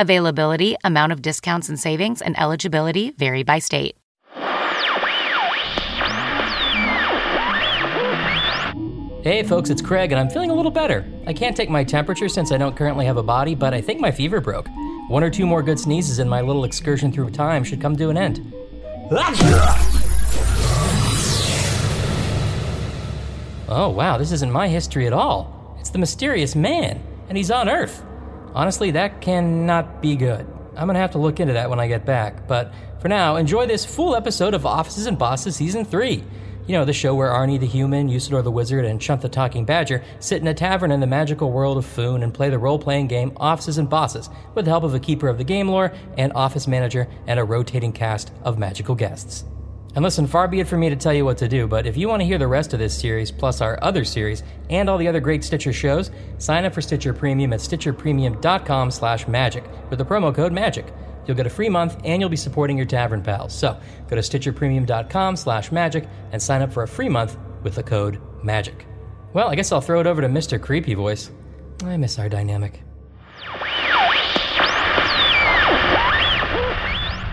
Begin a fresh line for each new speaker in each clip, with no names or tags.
Availability, amount of discounts and savings, and eligibility vary by state.
Hey folks, it's Craig, and I'm feeling a little better. I can't take my temperature since I don't currently have a body, but I think my fever broke. One or two more good sneezes, and my little excursion through time should come to an end. Ah! Oh wow, this isn't my history at all. It's the mysterious man, and he's on Earth. Honestly, that cannot be good. I'm gonna have to look into that when I get back, but for now, enjoy this full episode of Offices and Bosses Season 3. You know, the show where Arnie the Human, Usador the Wizard, and Chunt the Talking Badger sit in a tavern in the magical world of Foon and play the role playing game Offices and Bosses with the help of a keeper of the game lore, an office manager, and a rotating cast of magical guests. And listen, far be it for me to tell you what to do, but if you want to hear the rest of this series, plus our other series, and all the other great Stitcher shows, sign up for Stitcher Premium at stitcherpremium.com slash magic with the promo code magic. You'll get a free month and you'll be supporting your tavern pals. So go to stitcherpremium.com slash magic and sign up for a free month with the code magic. Well, I guess I'll throw it over to Mr. Creepy Voice. I miss our dynamic.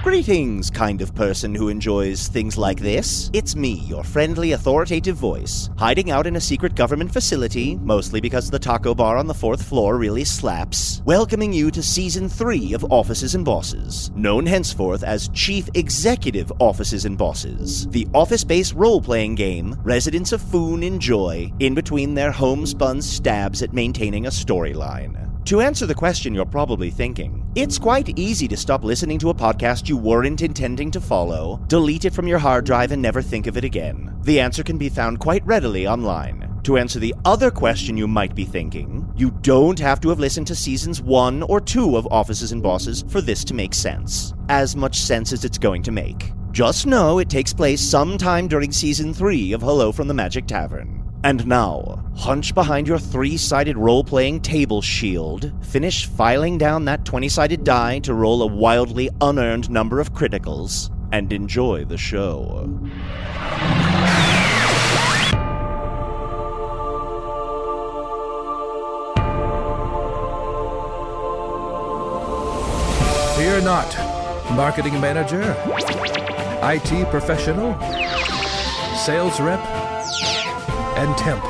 Greetings, kind of person who enjoys things like this. It's me, your friendly, authoritative voice, hiding out in a secret government facility, mostly because the taco bar on the fourth floor really slaps, welcoming you to season three of Offices and Bosses, known henceforth as Chief Executive Offices and Bosses, the office based role playing game residents of Foon enjoy in between their homespun stabs at maintaining a storyline. To answer the question you're probably thinking, it's quite easy to stop listening to a podcast you weren't intending to follow, delete it from your hard drive, and never think of it again. The answer can be found quite readily online. To answer the other question you might be thinking, you don't have to have listened to seasons one or two of Offices and Bosses for this to make sense. As much sense as it's going to make. Just know it takes place sometime during season three of Hello from the Magic Tavern. And now, hunch behind your three sided role playing table shield, finish filing down that 20 sided die to roll a wildly unearned number of criticals, and enjoy the show.
Fear not, marketing manager, IT professional, sales rep, and temp.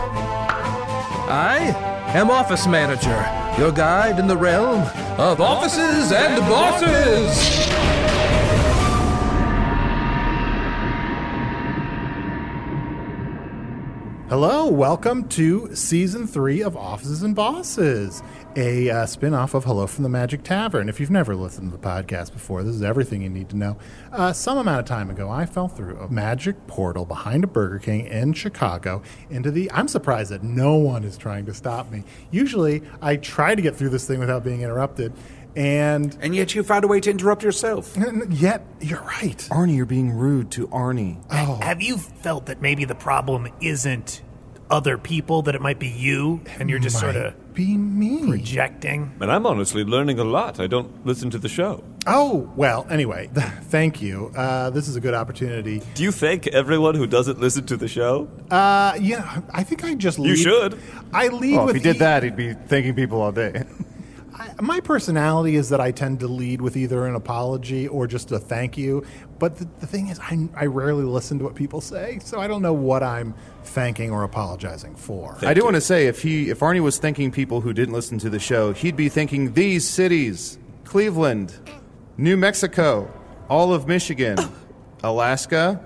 I am office manager, your guide in the realm of offices and bosses.
Hello, welcome to season three of Offices and Bosses, a uh, spin off of Hello from the Magic Tavern. If you've never listened to the podcast before, this is everything you need to know. Uh, some amount of time ago, I fell through a magic portal behind a Burger King in Chicago into the. I'm surprised that no one is trying to stop me. Usually, I try to get through this thing without being interrupted, and
And yet you found a way to interrupt yourself.
yet, you're right. Oh.
Arnie, you're being rude to Arnie.
Have you felt that maybe the problem isn't
other people, that it might be you, and you're just sort of
be me.
projecting.
And I'm honestly learning a lot. I don't listen to the show.
Oh, well, anyway, thank you. Uh, this is a good opportunity.
Do you thank everyone who doesn't listen to the show?
Uh, yeah, I think I just lead.
You should.
I lead
Well, Oh, if
with
he did
e-
that, he'd be thanking people all day.
I, my personality is that I tend to lead with either an apology or just a thank you. But the, the thing is, I, I rarely listen to what people say, so I don't know what I'm thanking or apologizing for.
I do want to say if he if Arnie was thanking people who didn't listen to the show, he'd be thanking these cities: Cleveland, New Mexico, all of Michigan,
Oh.
Alaska,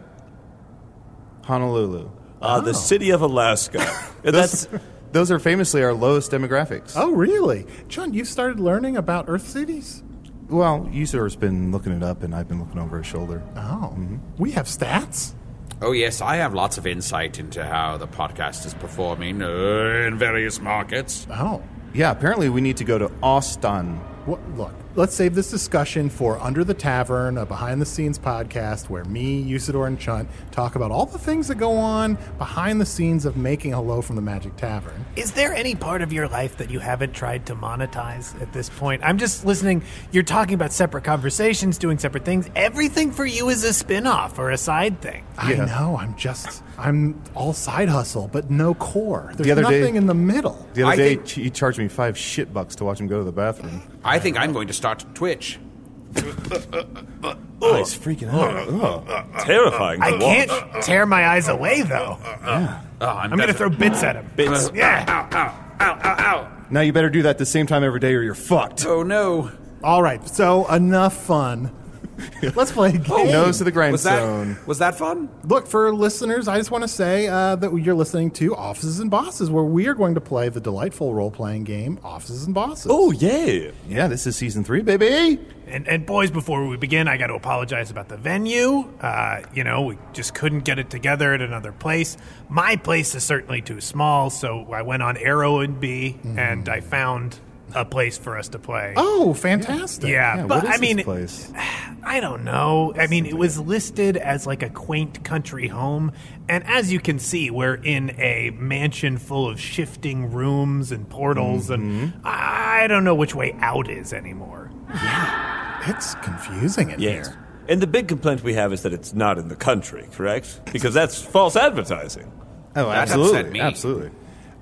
Honolulu. Oh.
Ah, the city of Alaska. And that's
Those are famously our lowest demographics.
oh, really? John, you've started learning about Earth cities?
Well, Usur's been looking it up, and I've been looking over his shoulder. Mm-hmm.
Oh, we have stats?
Oh, yes, I have lots of insight into how the podcast is performing uh, in various markets.
Oh.
Yeah, apparently we need to go to Austin.
What, look, let's save this discussion for Under the Tavern, a behind the scenes podcast where me, Usador, and Chunt talk about all the things that go on behind the scenes of making Hello from the Magic Tavern.
Is there any part of your life that you haven't tried to monetize at this point? I'm just listening. You're talking about separate conversations, doing separate things. Everything for you is a spin off or a side thing.
I know, I'm just, I'm all side hustle, but no core. There's
other day-
nothing in the middle.
The other
I
day,
think-
ch he charged me five shit bucks to watch him go to the bathroom.
I think I'm going to start Twitch.
Oh, he's freaking out.
Oh,
Ugh.
terrifying. To
I
watch.
can't tear my eyes away, though.
Oh, I'm,
I'm going to
defi-
throw bits at him.
Bits.
Yeah.
Uh, Ow, ow, ow,
oh.
ow, ow.
Now you better do that the same time every day, or you're fucked.
Oh, no.
All right, so enough fun. Let's play a game.
Nose to the
Oh, Was that,
grindstone.
was that fun?
Look, for listeners, I just want to say uh, that you're listening to Offices and Bosses, where we are going to play the delightful role playing game Offices and Bosses.
Oh, yeah.
Yeah, this is season three, baby.
And, and boys, before we begin, I got to apologize about the venue. Uh, you know, we just couldn't get it together at another place. My place is certainly too small, so I went on Airbnb and I found a place for us to play.
Oh, fantastic.
Yeah,
Yeah,
but
what is
I mean,
this place?
I don't know. I mean, it was listed as like a quaint country home, and as you can see, we're in a mansion full of shifting rooms and portals, and I don't know which way out is anymore.
It's confusing in
Yes.
here.
And the big complaint we have is that it's not in the country, correct? Because that's false advertising.
Oh,
That upset
absolutely,
me.
absolutely.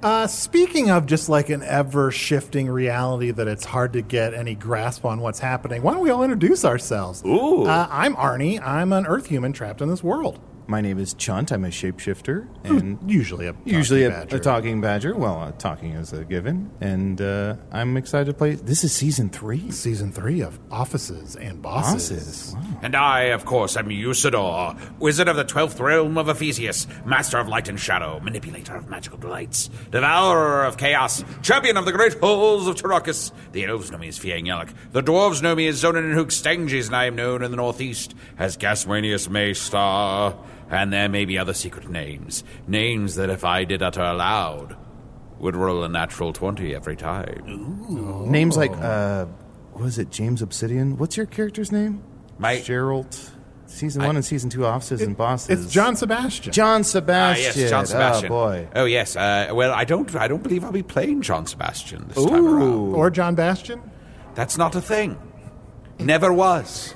Uh, speaking of just like an ever shifting reality that it's hard to get any grasp on what's happening, why don't we all introduce ourselves? Ooh. Uh, I'm Arnie. I'm an Earth human trapped in this world.
My name is Chunt. I'm a shapeshifter, and
Usually a
usually
talking
a,
badger.
a talking badger. Well, uh, talking is a given, and uh, I'm excited to play. This is season three.
Season three of Offices and Bosses.
Bosses. Wow.
And I, of course, am Usador, wizard of the twelfth realm of Ephesius, master of light and shadow, manipulator of magical delights, devourer of chaos, champion of the great halls of Tarakas. The elves know me as Fiangyelak, the dwarves know me as Zonin and Hookstanges, and I am known in the northeast as Gaswanius Maystar. And there may be other secret names, names that if I did utter aloud, would roll a natural 20 every time.
Names like uh, was it James Obsidian? What's your character's name?
My-
Gerald. Season one and season two offices and bosses.
It's John Sebastian.
John
Ah,
Sebastian.
yes, John Sebastian.
Oh boy.
Oh, yes. Uh, well, I don't. I don't believe I'll be playing John Sebastian this time around.
or John Bastion.
That's not a thing. Never was.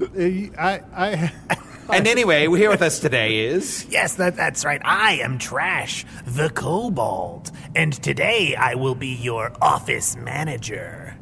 Uh,
Eh,
I, I,
And anyway, here with us today is.
Yes, that, that's right. I am Trash, the Kobold, and today I will be your office manager.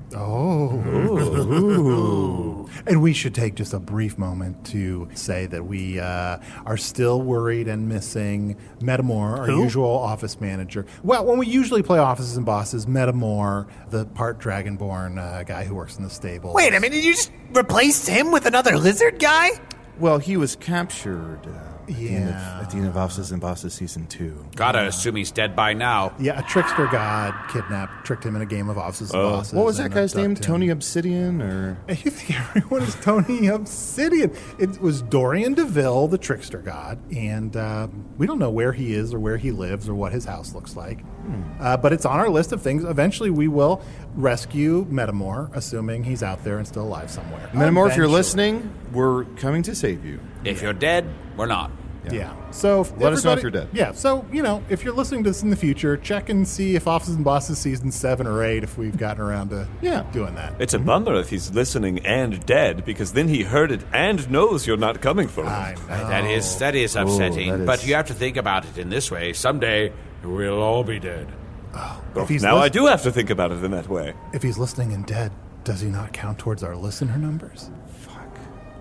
And we should take just a brief moment to say that we uh, are still worried and missing Metamore, our usual office manager. Well, when we usually play offices and bosses, Metamore, the part dragonborn uh, guy who works in the stable.
Wait, I mean, did you just replace him with another lizard guy?
Well, he was captured. Uh, at, the end of,
Yeah.
at the end of Offices and Bosses season two.
Gotta assume he's dead by now.
Yeah, a trickster god kidnapped, tricked him in a game of offices and bosses.
What was that
and
guy's name?
abducted him.
Tony Obsidian or
You think everyone is Tony Obsidian? It was Dorian DeVille, the trickster god, and um, we don't know where he is or where he lives or what his house looks like.
Hmm.
Uh, but it's on our list of things. Eventually, we will rescue Metamore, assuming he's out there and still alive somewhere.
Metamorph? If you're
Eventually.
listening, we're coming to save you.
If you're dead, we're not.
Yeah. So if
Let us know if
everybody-
you're dead.
Yeah. So you know, if you're listening to this in the future, check and see if Offices and Bosses season seven or eight, if we've gotten around to
Yeah.
doing that.
It's a bummer if he's listening and dead, because then he heard it and knows you're not coming for him.
That is that is upsetting.
Oh. that is-
But you have to think about it in this way. Someday we'll all be dead.
Well,
If he's
now
lis-
I do have to think about it in that way.
If he's listening and dead, does he not count towards our listener numbers?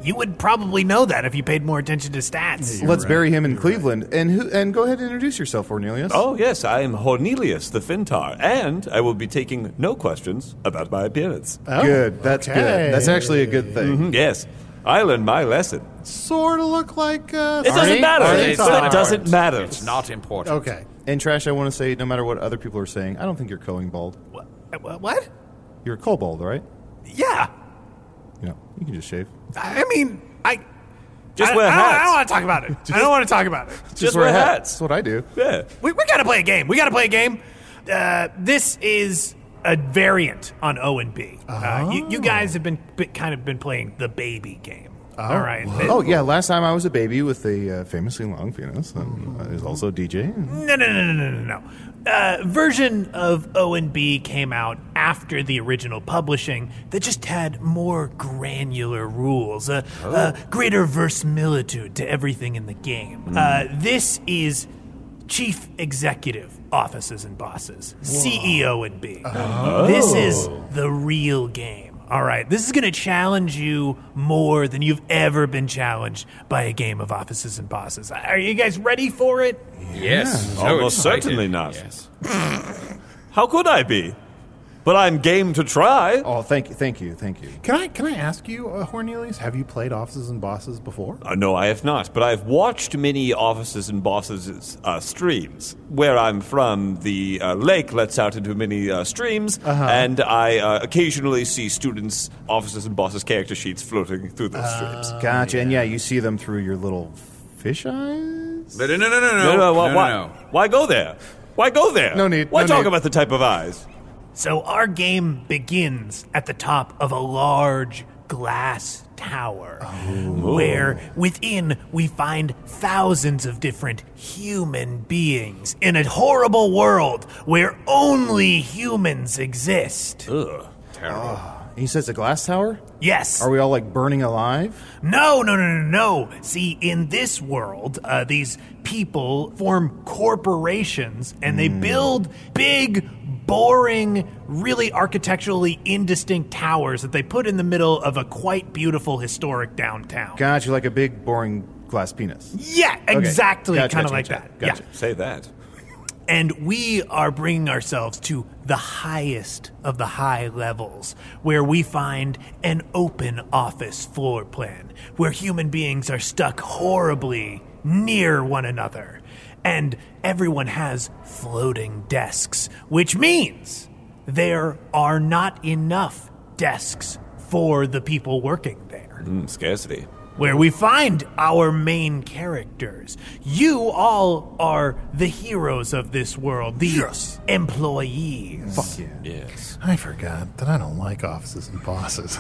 You would probably know that if you paid more attention to stats.
Let's bury him in Cleveland. And who? And go ahead and introduce yourself, Cornelius.
Oh, yes, I am Hornelius the Fintar, and I will be taking no questions about my appearance. Mm-hmm.
good. That's
okay.
good. That's actually a good thing.
Yes, I learned my lesson.
Sort of look like. Uh,
It doesn't matter.
Arnie,
It
it's not
doesn't
important.
matter.
It's not important.
okay.
And trash, I want to say, no matter what other people are saying, I don't think you're going bald.
Wha- wha- Uh, What?
You're a kobold, right?
Yeah.
You know, you can just shave.
I mean, I.
Just
I,
wear
I don't- I
hats.
don't, want to talk about it. I don't want to talk about it.
Just, wear,
That's
hats.
what I do.
Yeah.
We, we got to play a game. We got to play a game. Uh, this is a variant on O and B. Uh, you, you
Oh.
guys have been, been kind of been playing the baby game. All right.
Oh yeah, last time I was a baby with a uh, famously long penis, and uh, is also a DJ.
No, no, no, no, no, no, no. Uh, version of O and B came out after the original publishing that just had more granular rules, a, a greater verisimilitude to everything in the game. Uh, this is chief executive offices and bosses, CEO and B. This is the real game. All right, this is going to challenge you more than you've ever been challenged by a game of offices and bosses. Are you guys ready for it?
Yes. So
Almost
excited.
certainly not.
Yes.
How could I be? But I'm game to try.
Oh, thank you, thank you, thank you.
Can I can I ask you, uh, Hornelius? Have you played Offices and Bosses before?
Uh, no, I have not, but I've watched many offices and bosses' uh, streams. Where I'm from, the uh, lake lets out into many uh, streams, and I uh, occasionally see students' offices and bosses' character sheets floating through those
Ah.
Uh,
streams.
Gotcha. And yeah, you see them through your little fish eyes.
No, no, no, no, no,
No, no, why,
no,
why,
no.
why go there? Why go there?
No need,
Why
no
talk
need.
about the type of eyes?
So our game begins at the top of a large glass tower
Oh.
where within we find thousands of different human beings in a horrible world where only humans exist.
Ah, He says a glass tower.
Yes.
Are we all like burning alive?
No, no, no, no, no. See, in this world, uh, these people form corporations and
Hmm.
they build big, boring, really architecturally indistinct towers that they put in the middle of a quite beautiful historic downtown.
Gotcha, like a big boring glass penis.
yeah, exactly.
Gotcha,
kind of
gotcha,
like
gotcha,
that.
gotcha.
Yeah.
Say that.
And we are bringing ourselves to the highest of the high levels, where we find an open office floor plan, where human beings are stuck horribly near one another. And everyone has floating desks, which means there are not enough desks for the people working there
Mm, scarcity.
where we find our main characters. You all are the heroes of this world, the employees.
Yes.
I forgot that I don't like Offices and Bosses.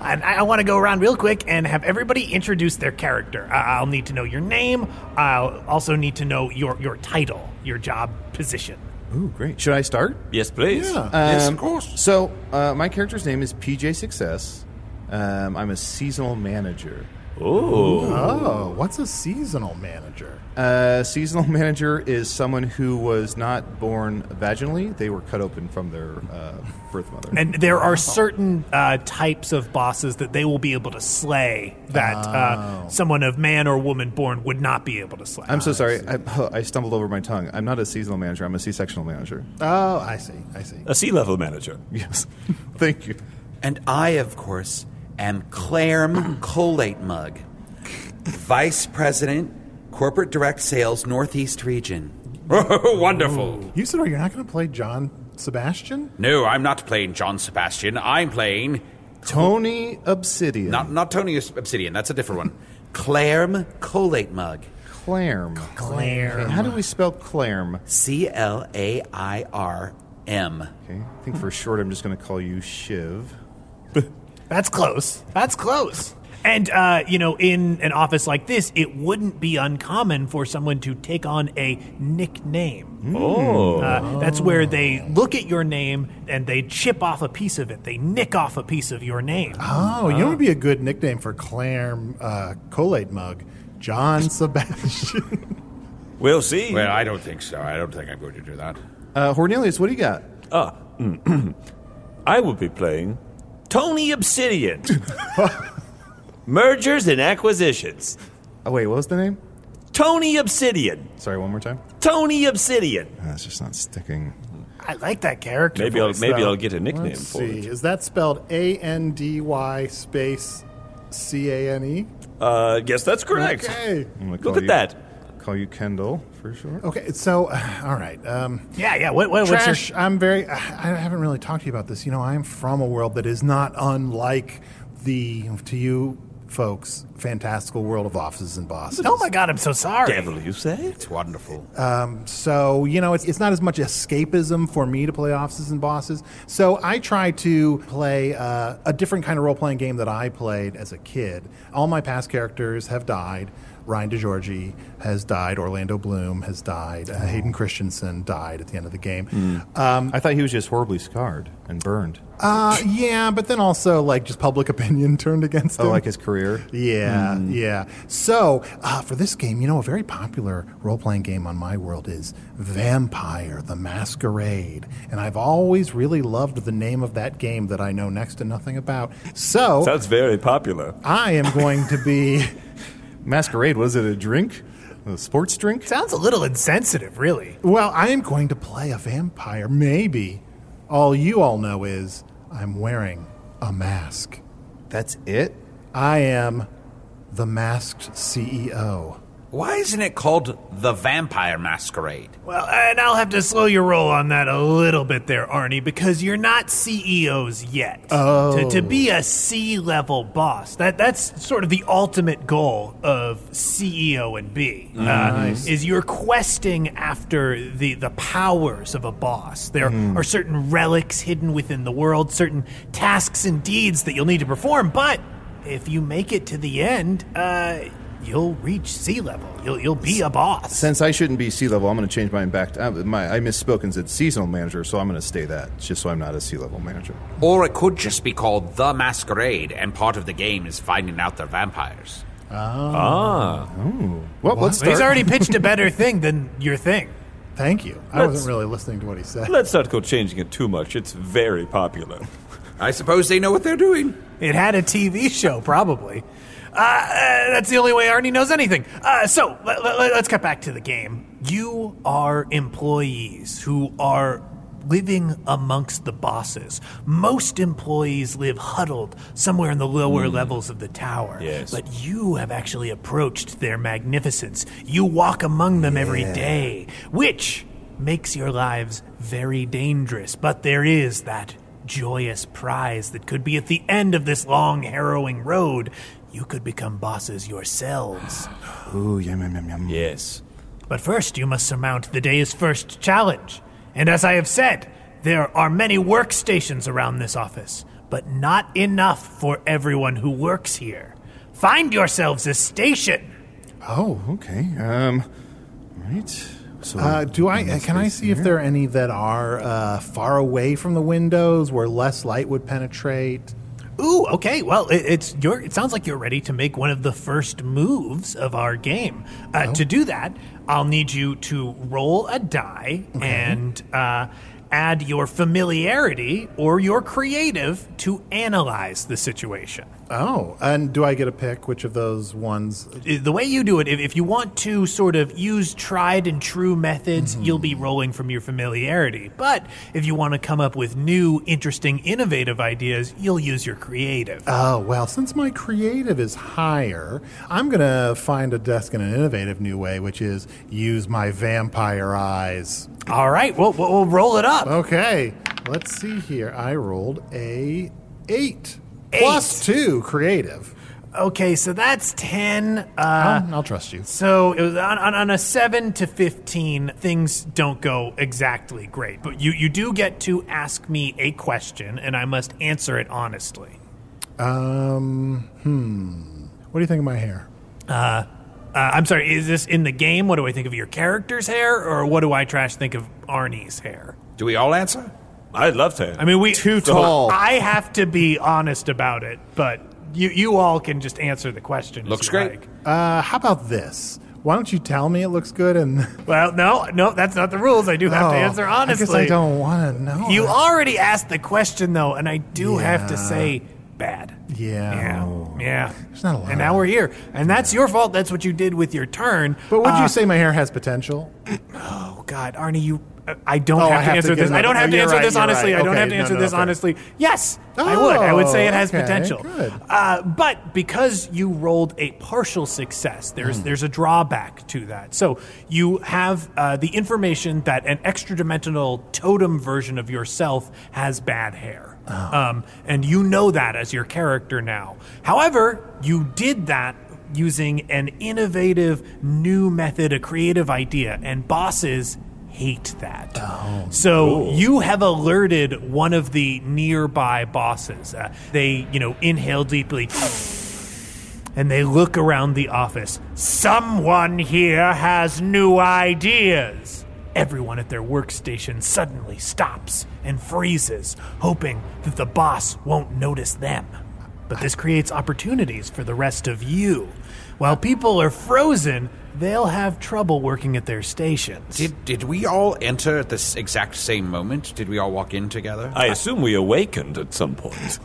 And I, I want to go around real quick and have everybody introduce their character. I- I'll need to know your name. I'll also need to know your, your title, your job position.
Ooh, great. Should I start?
Yes, please.
yes, of course. So, uh, my character's name is PJ Success. Um, I'm a seasonal manager.
Oh, what's a seasonal manager?
Uh, seasonal manager is someone who was not born vaginally; they were cut open from their uh, birth mother.
And there are certain uh, types of bosses that they will be able to slay that uh, someone of man or woman born would not be able to slay.
Ah,
I'm so sorry. I, oh, I stumbled over my tongue. I'm not a seasonal manager. I'm a C-sectional manager.
Oh, I see. I see.
A sea level manager.
Yes. Thank you.
And I, of course, am Clarm Colate Mug, Vice President, Corporate Direct Sales, Northeast Region.
Wonderful.
You said, "Oh, you're not going to play John Sebastian?"
No, I'm not playing John Sebastian. I'm playing
Tony Obsidian.
not not Tony Obsidian. That's a different one.
Clarm Colate Mug.
Clarm.
Claire.
How do we spell Clarm?
C L A I R M.
Okay. I think for short, I'm just going to call you Shiv.
That's close. That's close. And, uh, you know, in an office like this, it wouldn't be uncommon for someone to take on a nickname.
Oh.
Uh, that's where they look at your name and they chip off a piece of it. They nick off a piece of your name.
Oh, you know what would be a good nickname for Clam uh, Colate Mug? John Sebastian.
We'll see.
Well, I don't think so. I don't think I'm going to do that.
Uh, Hornelius, what do you got?
Ah, I will be playing Tony Obsidian. Mergers and acquisitions.
Oh, wait, what was the name?
Tony Obsidian.
Sorry, one more time.
Tony Obsidian.
That's just not sticking.
I like that character.
Maybe I'll
voice,
maybe
though.
I'll get a nickname
Let's
for
see.
it.
Is that spelled A N D Y space C A N E?
Uh, yes, that's correct.
Okay.
I'm gonna
Look
call
at
you-
that.
Call you Kendall for sure.
Okay. So, all right. Um,
Yeah, yeah. What, what, what's your
Trash. I'm very. I haven't really talked to you about this. You know, I'm from a world that is not unlike the to you folks fantastical world of offices and bosses.
Oh my God, I'm so sorry.
Devil, you say?
It's wonderful.
Um, So, you know, it's, it's not as much escapism for me to play offices and bosses. So I try to play uh, a different kind of role playing game that I played as a kid. All my past characters have died. Ryan DeGiorgi has died. Orlando Bloom has died.
Oh.
Uh, Hayden Christensen died at the end of the game.
Hmm.
Um,
I thought he was just horribly scarred and burned.
Uh, yeah, but then also, like, just public opinion turned against
Oh,
him.
like his career. Hmm.
Yeah,
Mm.
yeah. So uh, for this game, you know, a very popular role playing game on my world is Vampire the Masquerade. And I've always really loved the name of that game that I know next to nothing about. So
Sounds very popular.
I am going to be.
Masquerade was it a drink? A sports drink?
Sounds a little insensitive, really.
Well, I am going to play a vampire, maybe. All you all know is I'm wearing a mask.
That's it.
I am the masked E CEO.
Why isn't it called the Vampire Masquerade?
Well, and I'll have to slow your roll on that a little bit there, Arnie, because you're not CEOs yet. Oh. To, to be a C level boss, that that's sort of the ultimate goal of CEO and B. uh, Is you're questing after the, the powers of a boss. There are certain relics hidden within the world, certain tasks and deeds that you'll need to perform, but if you make it to the end, uh, you'll reach C level. You'll, you'll be a boss.
Since I shouldn't be sea level, I'm going to change mine back. To, uh, my I misspoke and said seasonal manager, so I'm going to stay that just so I'm not a sea level manager.
Or it could just be called the Masquerade, and part of the game is finding out they're vampires.
Ah.
Oh. Ah,
Oh.
Well, let's
But
start.
he's already pitched a better thing than your thing.
Thank you. I wasn't really listening to what he said.
Let's not go changing it too much. It's very popular.
I suppose they know what they're doing.
It had a TV show, probably. Uh, uh, that's the only way Arnie knows anything. Uh, so let, us cut back to the game. You are employees who are living amongst the bosses. Most employees live huddled somewhere in the lower levels of the tower.
Yes.
But you have actually approached their magnificence. You walk among them every day, which makes your lives very dangerous. But there is that joyous prize that could be at the end of this long, harrowing road. You could become bosses yourselves.
Ooh, yum yum yum yum.
Yes.
But first, you must surmount the day's first challenge. And as I have said, there are many workstations around this office, but not enough for everyone who works here. Find yourselves a station.
Oh, okay. Um, right. So,
Uh, do I? uh, Can I see if there are any that are uh, far away from the windows where less light would penetrate?
Ooh, okay. Well, it, it's your. It sounds like you're ready to make one of the first moves of our game. Uh, To do that, I'll need you to roll a die and uh, add your familiarity or your creative to analyze the situation.
Oh, and do I get a pick? Which of those ones?
Uh, The way you do it, if, if you want to sort of use tried and true methods, you'll be rolling from your familiarity. But if you want to come up with new, interesting, innovative ideas, you'll use your creative.
Oh well, since my creative is higher, I'm gonna find a desk in an innovative new way, which is use my vampire eyes.
All right, well, we'll we'll roll it up.
Okay, let's see here. I rolled a eight,
Eight.
plus two creative.
Okay, so that's 10. Uh,
I'll, I'll trust you.
so it was on, on, on a 7 to 15, things don't go exactly great. But you, you do get to ask me a question, and I must answer it honestly.
Um, hmm. What do you think of my hair?
Uh, uh, I'm sorry, is this in the game? What do I think of your character's hair? Or what do I trash think of Arnie's hair?
Do we all answer?
I'd love to.
I mean, we.
Too tall.
I have to be honest about it, but you, you all can just answer the question. if
Looks
you
great.
like.
Uh, how about this? Why don't you tell me it looks good and
Well, no, no, that's not the rules. I do have to
Oh,
answer honestly.
I guess I don't want to know.
You already asked the question, though, and I do have
Yeah.
to say bad.
Yeah.
Yeah. Yeah.
There's not a lot.
And now we're here. And that's your fault. That's what you did with your turn.
But would
Uh,
you say my hair has potential?
Oh, God, Arnie, you. I- I don't
Oh,
have
I
to
have to
answer
give
this. I
another-
don't have to
you're
answer
right,
this
you're
honestly.
right.
I don't
Okay,
have to
no,
answer
no,
this
okay. Oh,
honestly. Yes, I would. I would say it has
okay,
potential.
good.
Uh, but because you rolled a partial success, there's
Hmm.
there's a drawback to that. So you have uh, the information that an extra dimensional totem version of yourself has bad hair, um, and you know that as your character now. However, you did that using an innovative new method, a creative idea, and bosses hate that. So you have alerted one of the nearby bosses. Uh, they, you know, inhale deeply and they look around the office. Someone here has new ideas. Everyone at their workstation suddenly stops and freezes, hoping that the boss won't notice them. But this creates opportunities for the rest of you. While people are frozen, they'll have trouble working at their stations.
Did did we all enter at this exact same moment? Did we all walk in together?
I assume we awakened at some point.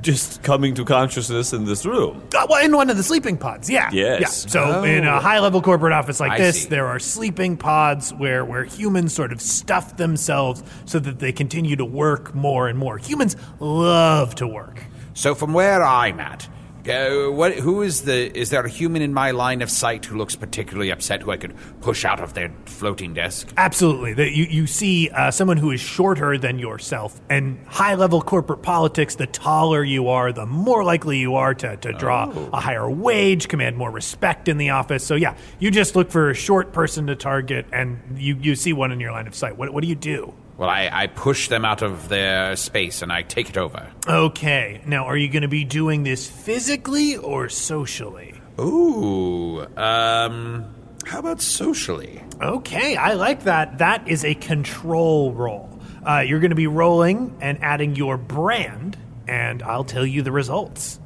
Just coming to consciousness in this room.
Uh, well, in one of the sleeping pods, yeah.
Yes.
Yeah. So, in a high level corporate office like
Oh. I
this,
see.
there are sleeping pods where, where humans sort of stuff themselves so that they continue to work more and more. Humans love to work.
So from where I'm at, uh, what, who is the? Is there a human in my line of sight who looks particularly upset who I could push out of their floating desk?
Absolutely. That you, you see uh, someone who is shorter than yourself. And high level corporate politics, the taller you are, the more likely you are to, to draw
Oh.
a higher wage, command more respect in the office. So, yeah, you just look for a short person to target and you, you see one in your line of sight. What, what do you do?
Well, I, I push them out of their space and I take it over.
Okay. Now, are you going to be doing this physically or socially?
Ooh, um, how about socially?
Okay, I like that. That is a control roll. Uh, you're going to be rolling and adding your brand, and I'll tell you the results.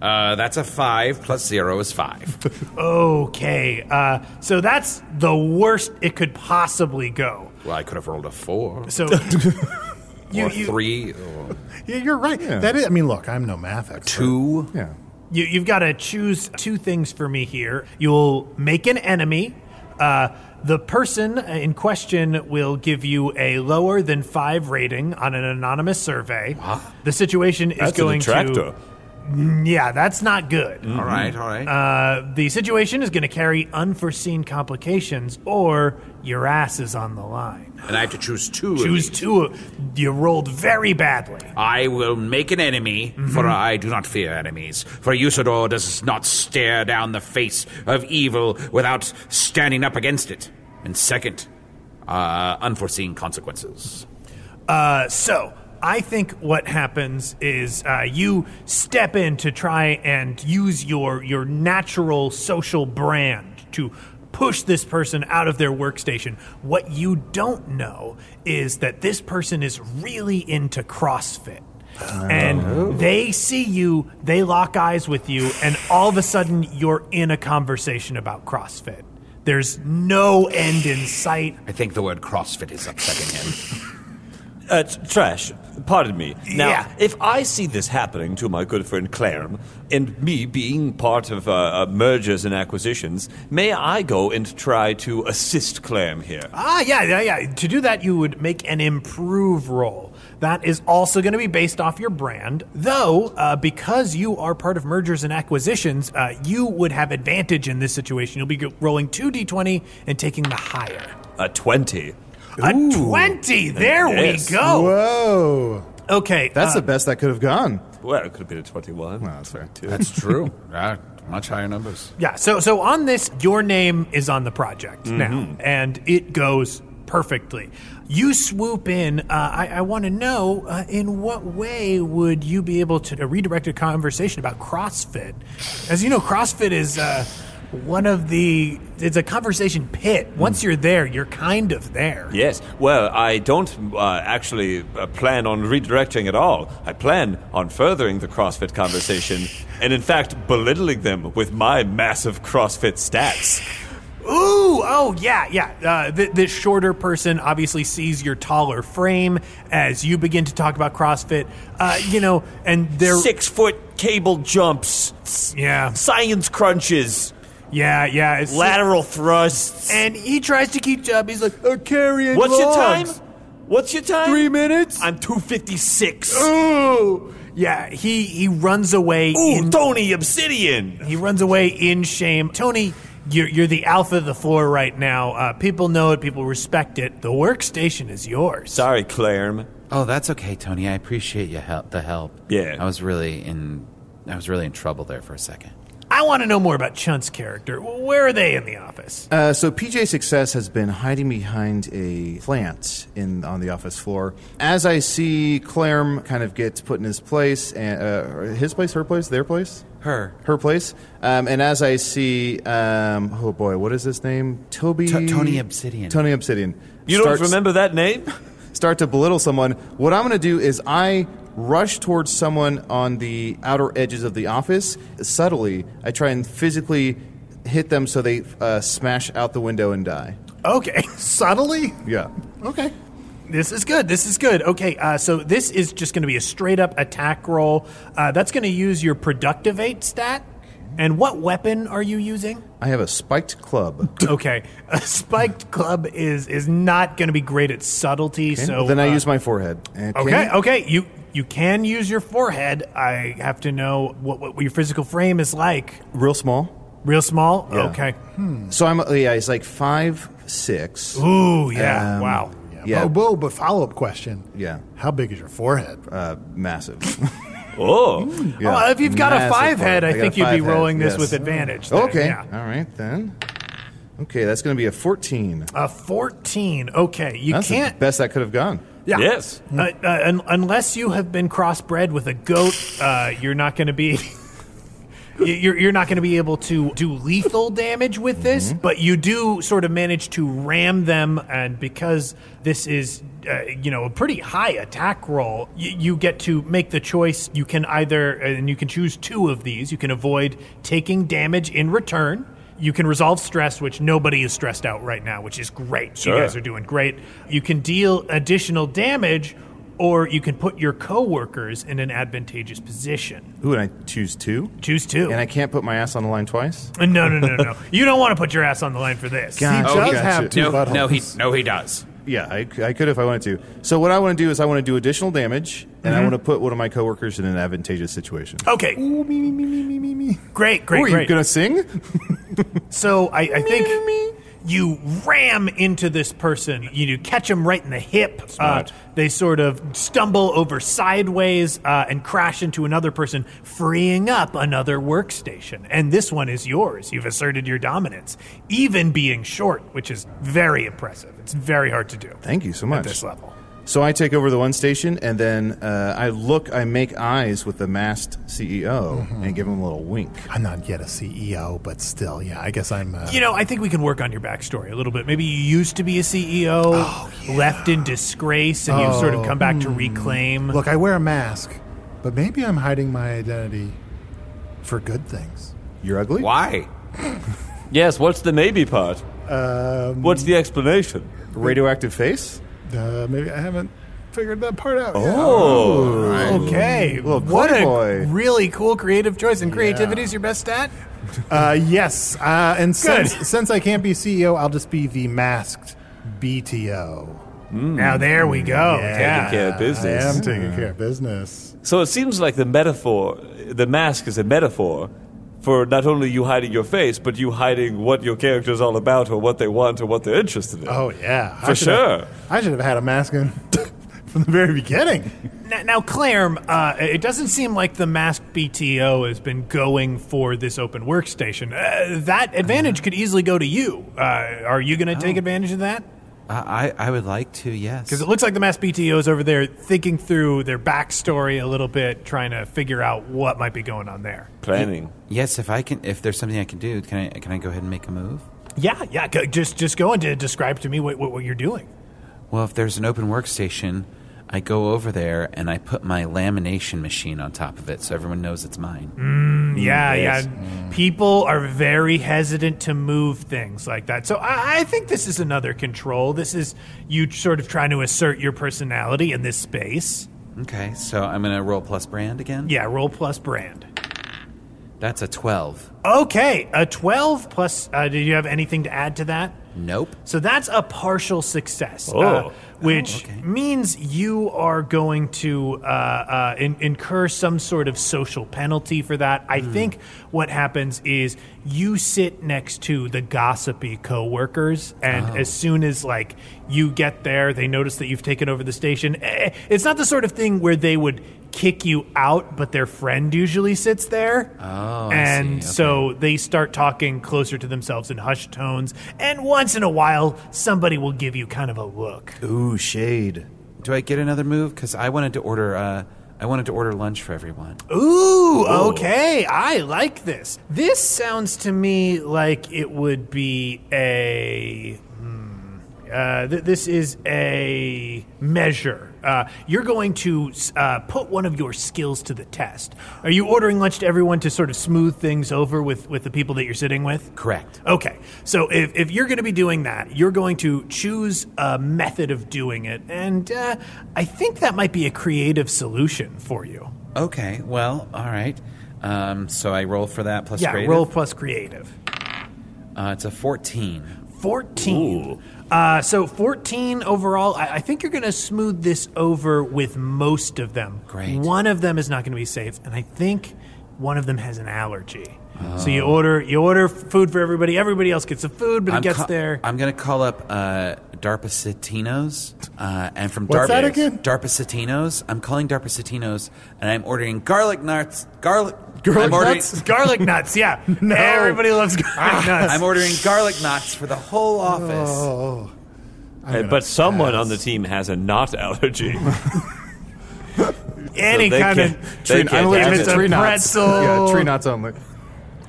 Uh, that's a five plus zero is five.
Okay, uh, so that's the worst it could possibly go.
well, I could have rolled a four
So. You,
or
you,
three or
Yeah, you're right. That is. I mean, look, I'm no math expert.
two.
Yeah.
you, you've got to choose two things for me here. You'll make an enemy. Uh, the person in question will give you a lower than five rating on an anonymous survey. The situation is
That's an
going
attractor.
to. Mm, Yeah, that's not good.
All right, all right.
Uh, the situation is going to carry unforeseen complications, or your ass is on the line.
and I have to choose two. of
Choose
these.
two. You rolled very badly.
I will make an enemy,
Mm-hmm.
for I do not fear enemies. For Usador does not stare down the face of evil without standing up against it. And second, uh, unforeseen consequences.
Uh, so I think what happens is uh, you step in to try and use your your natural social brand to push this person out of their workstation. What you don't know is that this person is really into CrossFit.
Oh.
Oh.
And they see you, they lock eyes with you, and all of a sudden you're in a conversation about CrossFit. There's no end in sight.
I think the word CrossFit is upsetting him.
Uh, t- trash. Pardon me. Now,
Yeah.
if I see this happening to my good friend Clarem, and me being part of uh, uh, mergers and acquisitions, may I go and try to assist Clarem here?
Ah, yeah, yeah, yeah. To do that, you would make an improve roll. That is also going to be based off your brand, though, uh, because you are part of mergers and acquisitions, uh, you would have advantage in this situation. You'll be g- rolling two d20 and taking the higher.
A 20.
A twenty. There
Yes.
we go.
Whoa.
Okay,
That's
uh,
the best that could have gone.
Well, it could have been a 21.
Well, that's fair.
That's true. Uh, much higher numbers.
yeah. So, so on this, your name is on the project now, and it goes perfectly. You swoop in. Uh, I, I want to know uh, in what way would you be able to redirect a conversation about CrossFit? As you know, CrossFit is. Uh, one of the it's a conversation pit once you're there you're kind of there
Yes. Well, I don't uh, actually uh, plan on redirecting at all. I plan on furthering the CrossFit conversation and, in fact, belittling them with my massive CrossFit stats.
Ooh, oh yeah, yeah. Uh, th- this shorter person obviously sees your taller frame as you begin to talk about CrossFit. Uh, you know, and they're
six foot cable jumps.
Yeah,
science crunches.
Yeah, yeah.
Lateral thrusts.
And he tries to keep up. He's like, uh, carrying.
What's your
logs."
time? What's your time?
Three minutes.
I'm two fifty six.
Ooh. Yeah, he he runs away.
Ooh, Tony Obsidian.
He runs away in shame. Tony, you're you're the alpha of the floor right now. Uh, people know it. People respect it. The workstation is yours.
Sorry, Claire.
Oh, that's okay, Tony. I appreciate your help. The help.
Yeah.
I was really in. I was really in trouble there for a second.
I want to know more about Chunt's character. Where are they in the office?
Uh, so PJ Success has been hiding behind a plant in on the office floor. As I see Clarm kind of gets put in his place, and uh, his place, her place, their place,
her,
her place. Um, and as I see, um, oh boy, what is his name? Toby
To- Tony Obsidian.
Tony Obsidian.
You don't remember that name?
start to belittle someone. What I'm going to do is I rush towards someone on the outer edges of the office subtly. I try and physically hit them so they uh, smash out the window and die.
Okay, subtly.
Yeah.
Okay. This is good. This is good. Okay, uh, so this is just going to be a straight up attack roll. Uh, that's going to use your productivate stat. And what weapon are you using?
I have a spiked club.
Okay, a spiked club is is not going to be great at subtlety.
Okay,
So
then I
uh,
use my forehead.
Okay, okay, you you can use your forehead. I have to know what, what your physical frame is like.
Real small.
Real small.
Yeah.
Oh, Okay.
Hmm.
So I'm yeah, it's like five six. Um,
Ooh, yeah, wow.
Yeah.
Oh, whoa, but follow up question.
Yeah.
How big is your forehead?
Uh, massive.
oh.
Oh, if you've got a
Massive
five head,
forehead.
I
got
think
a
you'd be
five head,
rolling this
yes.
with advantage. then,
Okay.
yeah.
All right then. Okay, that's going to be a fourteen.
A fourteen. Okay, you
that's
can't.
the best that could have gone.
Yeah.
Yes.
Uh, uh, un- unless you have been crossbred with a goat, uh, you're not going to be. you- You're, you're not going to be able to do lethal damage with this, but you do sort of manage to ram them, and because this is, uh, you know, a pretty high attack roll, you, you get to make the choice. You can either, and you can choose two of these. You can avoid taking damage in return. You can resolve stress, which nobody is stressed out right now, which is great.
Sure.
You guys are doing great. You can deal additional damage, or you can put your coworkers in an advantageous position.
Ooh, and I choose two.
Choose two.
And I can't put my ass on the line twice.
no, no, no, no. you don't want to put your ass on the line for this.
God.
He
Oh,
does
gotcha.
have two
no,
buttholes.
no, he, no, he does.
Yeah, I, c- I could if I wanted to. So what I want to do is I want to do additional damage, and I want to put one of my coworkers in an advantageous situation.
Mm-hmm. Okay.
Ooh, me, me, me, me, me, me, me.
Great, great,
Ooh, are you
great.
gonna sing?
So I, I think you ram into this person. You do catch him right in the hip. Uh, they sort of stumble over sideways uh, and crash into another person, freeing up another workstation. And this one is yours. You've asserted your dominance, even being short, which is very impressive. It's very hard to do
Thank you so
at
much.
this level.
So I take over the one station, and then uh, I look, I make eyes with the masked CEO, and give him a little wink.
Mm-hmm. I'm not yet a CEO, but still, yeah, I guess I'm. Uh,
You know, I think we can work on your backstory a little bit. Maybe you used to be a CEO,
Oh,
left in disgrace, and you've sort of come back to reclaim.
Oh. Look, I wear a mask, but maybe I'm hiding my identity for good things.
You're ugly.
Why?
Yes. What's the maybe part?
Um,
What's the explanation?
Radioactive face.
uh, maybe I haven't figured that part out. yet.
Oh.
Okay.
Little
what a
playboy.
really cool creative choice, and creativity is your best stat?
Uh, yes, uh, and
Good.
since, since I can't be CEO, I'll just be the masked BTO.
Now, there we go.
Taking
Yeah.
Hmm. care of
I
business.
am taking care of business.
So it seems like the metaphor, the mask is a metaphor for not only you hiding your face, but you hiding what your character is all about or what they want or what they're interested in.
Oh yeah,
For
I should have-
sure.
I should have had a mask in from the very beginning.
Now, now Claire, uh, it doesn't seem like the masked BTO has been going for this open workstation. Uh, that advantage could easily go to you. Uh, are you going to take advantage of that?
Oh. I, I would like to, yes.
Because it looks like the Mass BTO is over there thinking through their backstory a little bit, trying to figure out what might be going on there.
Planning.
Yes, if I can, if there's something I can do, can I can I go ahead and make a move?
Yeah, yeah. Go, just just go and de- describe to me what, what, what you're doing.
Well, if there's an open workstation, I go over there and I put my lamination machine on top of it, so everyone knows it's mine.
Mm, yeah,
Yes.
yeah. People are very hesitant to move things like that. So I, I think this is another control. This is you sort of trying to assert your personality in this space.
Okay, so I'm gonna roll plus brand again.
Yeah, roll plus brand.
That's a twelve.
Okay, a 12 plus. Uh, did you have anything to add to that?
Nope.
So that's a partial success,
Oh.
uh, which means you are going to uh, uh, in- incur some sort of social penalty for that. I think what happens is you sit next to the gossipy coworkers, and
Oh.
as soon as like you get there, they notice that you've taken over the station. Eh, It's not the sort of thing where they would kick you out, but their friend usually sits there
Oh,
and
I see.
so they start talking closer to themselves in hushed tones. And once in a while, somebody will give you kind of a look.
Ooh, shade. Do I get another move? Because I wanted to order. Uh, I wanted to order lunch for everyone.
Ooh,
Ooh.
okay. I like this. This sounds to me like it would be a. hmm, Uh, th- this is a measure. Uh, you're going to s- uh, put one of your skills to the test. Are you ordering lunch to everyone to sort of smooth things over with, with the people that you're sitting with?
Correct.
Okay. So if, if you're going to be doing that, you're going to choose a method of doing it. And uh, I think that might be a creative solution for you.
Okay. Well, all right. Um, so I roll for that plus
yeah,
creative.
roll plus creative.
Uh, it's a fourteen.
14. Uh, so 14 overall. I, I think you're going to smooth this over with most of them. Great. One of them is not going to be safe, and I think one of them has an allergy. So you
Oh.
order you order food for everybody. Everybody else gets the food, but
I'm
it gets
ca-
there.
I'm gonna call up uh, Darpacitinos, uh, and from
What's
Darpa
that again?
Darpacitinos. I'm calling Darpacitinos, and I'm ordering garlic nuts. Garlic.
Garlic
I'm ordering-
nuts? Garlic nuts, yeah. Everybody loves garlic nuts.
I'm ordering garlic nuts for the whole office.
Oh.
Uh, but someone on the team has a knot allergy.
Any
they
kind
can't-
of
they
Tree-
can't
I'm allergic
have
to
it.
tree knots. Yeah, tree knots only.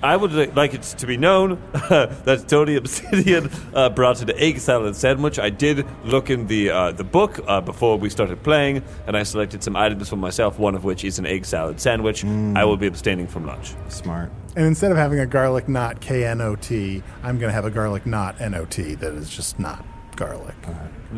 I would li- like it to be known that Tony Obsidian uh, brought an egg salad sandwich. I did look in the uh, the book uh, before we started playing, and I selected some items for myself. One of which is an egg salad sandwich. I will be abstaining from lunch.
Smart.
And instead of having a garlic knot K N O T, I'm going to have a garlic knot N O T that is just not garlic.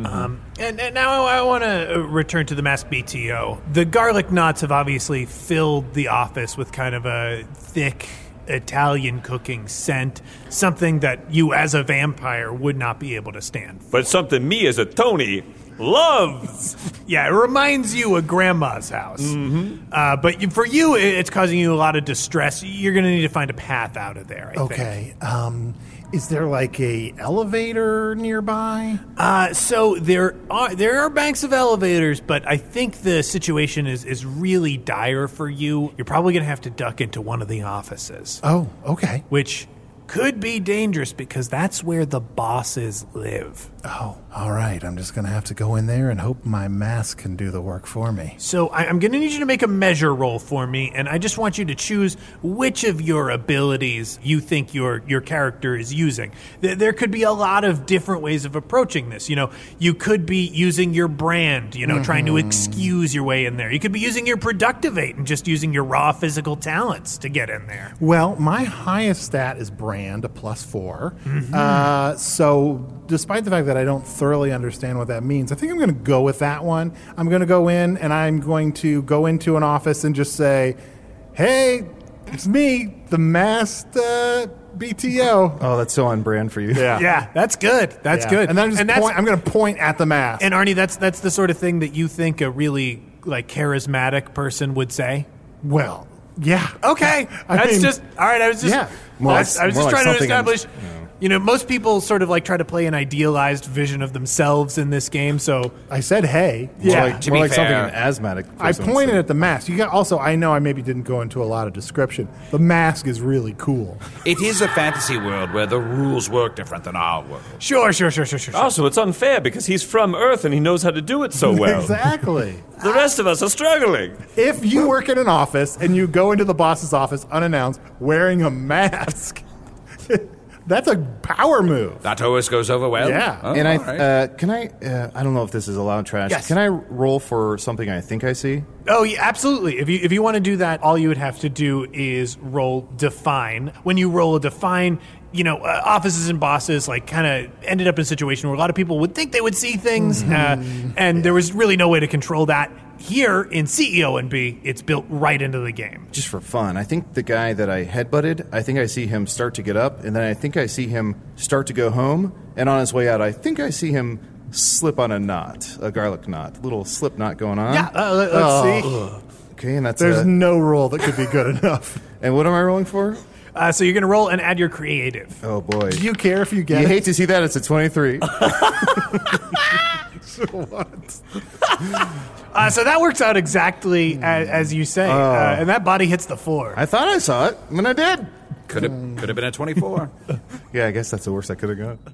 Um, and, and now I want to return to the mass BTO. The garlic knots have obviously filled the office with kind of a thick Italian cooking scent, something that you as a vampire would not be able to stand.
But something me as a Tony loves.
yeah, it reminds you of grandma's house. Mm-hmm. Uh, but you, for you, it- it's causing you a lot of distress. You're going to need to find a path out of there. I think.
Okay. Um, is there like a elevator nearby?
Uh, so there are there are banks of elevators, but I think the situation is is really dire for you. You're probably going to have to duck into one of the offices,
Oh, okay.
which could be dangerous because that's where the bosses live.
Oh, all right. I'm just going to have to go in there and hope my mask can do the work for me.
So I, I'm going to need you to make a measure roll for me, and I just want you to choose which of your abilities you think your your character is using. There, there could be a lot of different ways of approaching this. You know, you could be using your brand, you know, trying to excuse your way in there. You could be using your productivate and just using your raw physical talents to get in there.
Well, my highest stat is brand, a plus 4
Mhm.
Uh, so, despite the fact that I don't thoroughly understand what that means, I think I'm going to go with that one. I'm going to go in and I'm going to go into an office and just say, hey, it's me, the masked uh, BTO.
Oh, that's so on brand for you.
yeah, that's good. That's
Yeah.
good.
And then I'm just
that's-
point, I'm going to point at the mask.
And Arnie, that's that's the sort of thing that you think a really like charismatic person would say.
Well, yeah.
Okay.
I
that's
mean-
just all right. I was just
Yeah.
yeah.
More
I was
like-
just
more like
trying to
something I'm-
establish You know, most people sort of like try to play an idealized vision of themselves in this game. So
I said, "Hey,
yeah,
More like, more like something an asthmatic.
I
person would
pointed
say.
at the mask. You got also. I know I maybe didn't go into a lot of description. The mask is really cool.
It is a fantasy world where the rules work different than our world.
Sure, sure, sure, sure, sure.
Also, it's unfair because he's from Earth and he knows how to do it so well.
exactly.
The rest of us are struggling.
If you work in an office and you go into the boss's office unannounced wearing a mask, that's a power move.
That always goes over well.
Yeah.
Oh,
and I
all right.
uh, can I uh, I don't know if this is allowed trash.
Yes.
Can I roll for something I think I see?
Oh, yeah, absolutely. If you if you want to do that, all you would have to do is roll define. When you roll a define, you know, uh, offices and bosses like kind of ended up in a situation where a lot of people would think they would see things,
Mm-hmm.
uh, and there was really no way to control that. Here in CEO and B, it's built right into the game.
Just for fun, I think the guy that I headbutted. I think I see him start to get up, and then I think I see him start to go home. And on his way out, I think I see him slip on a knot, a garlic knot, little slip knot going on. Oh.
Yeah, uh, let,
Oh.
us see.
Okay, and that's
There's
a-
no rule that could be good enough.
and what am I rolling for?
Uh, so you're gonna roll and add your creative.
Oh boy.
Do you care if you get
You
it?
hate to see that. It's a 23.
Uh, so that works out exactly as, as you say, uh, and that body hits the floor.
Oh. I thought I saw it, and I did.
Could have could have been a twenty-four.
Yeah, I guess that's the worst I could have got.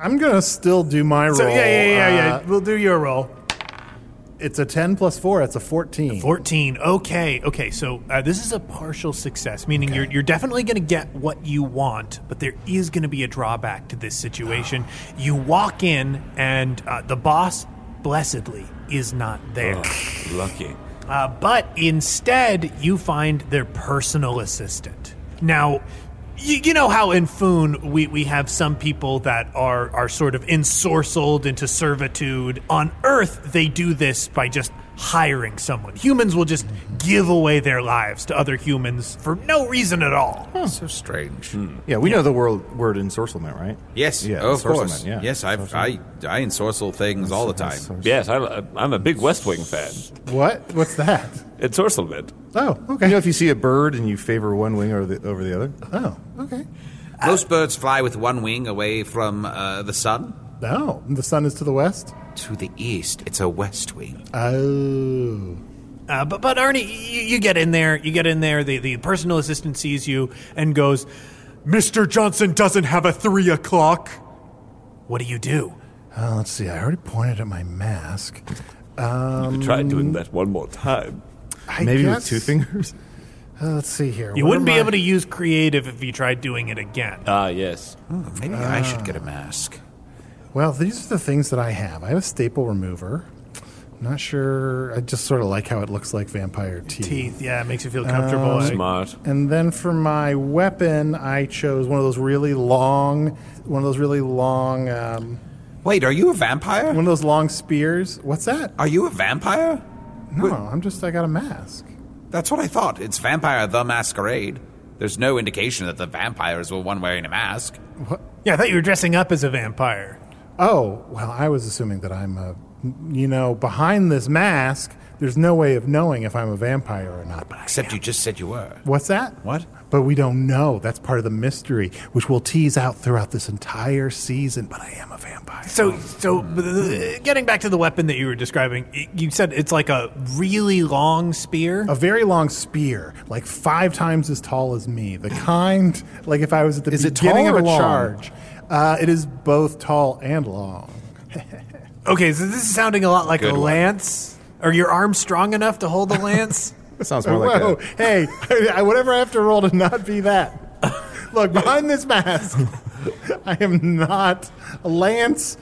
I'm gonna still do my
So
roll.
yeah, yeah, yeah, yeah.
Uh,
we'll do your roll.
It's a 10 plus four. It's a 14.
14. Okay. Okay. So uh, this is a partial success, meaning you're, you're definitely going to get what you want, but there is going to be a drawback to this situation. You walk in, and uh, the boss, blessedly, is not there.
Oh, Lucky.
Uh, but instead, you find their personal assistant. Now, you, you know how in Foon we, we have some people that are, are sort of ensorcelled into servitude. On Earth, they do this by just hiring someone. Humans will just give away their lives to other humans for no reason at all.
Hmm. so strange.
Yeah, we know the word, word ensorcelment, right?
Yes. oh,
Yeah,
of course.
ensorcelment, yeah.
Yes, I've, I I ensorcel things all the time.
Yes, I'm, I'm a big West Wing fan.
What? What's that?
It's Orselmid.
Oh, okay.
You know, if you see a bird and you favor one wing over the, over the other,
Oh, okay.
Most birds fly with one wing away from uh, the sun
No, the sun is to the west.
to the east. It's a west wing.
Oh.
Uh, but but Arnie, you, you get in there. You get in there. The the personal assistant sees you and goes, "Mr. Johnson doesn't have a three o'clock." What do you do?
Uh, let's see. I already pointed at my mask.
you Um, try doing that one more time.
I
maybe with
guess,
two fingers.
Uh, let's see here.
You
What
wouldn't be
am I-
able to use creative if you tried doing it again. Ah.
Ah, yes.
Oh, maybe I should get a mask.
Well, these are the things that I have. I have a staple remover. I'm not sure. I just sort of like how it looks like vampire teeth.
Teeth, yeah, it makes you feel comfortable.
Um,
I-
Smart.
And then for my weapon, I chose one of those really long, one of those really long, um,
Wait, are you a vampire?
one of those long spears. What's that?
Are you a vampire?
No, I'm just. I got a mask.
That's what I thought. It's Vampire the Masquerade. There's no indication that the vampires were one wearing a mask.
yeah, I thought you were dressing up as a vampire.
Oh, well, I was assuming that I'm a, you know, behind this mask, there's no way of knowing if I'm a vampire or not. But
Except you just said you were.
what's that?
What?
But we don't know. That's part of the mystery, which we'll tease out throughout this entire season. But I am a vampire.
So, so uh, getting back to the weapon that you were describing, i- you said it's like a really long spear.
A very long spear, like five times as tall as me. The kind, like if I was at the
Is it
beginning
tall
of
or
a
long?
charge. Uh, it is both tall and long.
Okay, so this is sounding a lot like
Good
a
one.
lance. Are your arms strong enough to hold a lance?
Sounds
Whoa, hey, I- whatever I have to roll to not be that. Look, behind this mask, I am not a lance.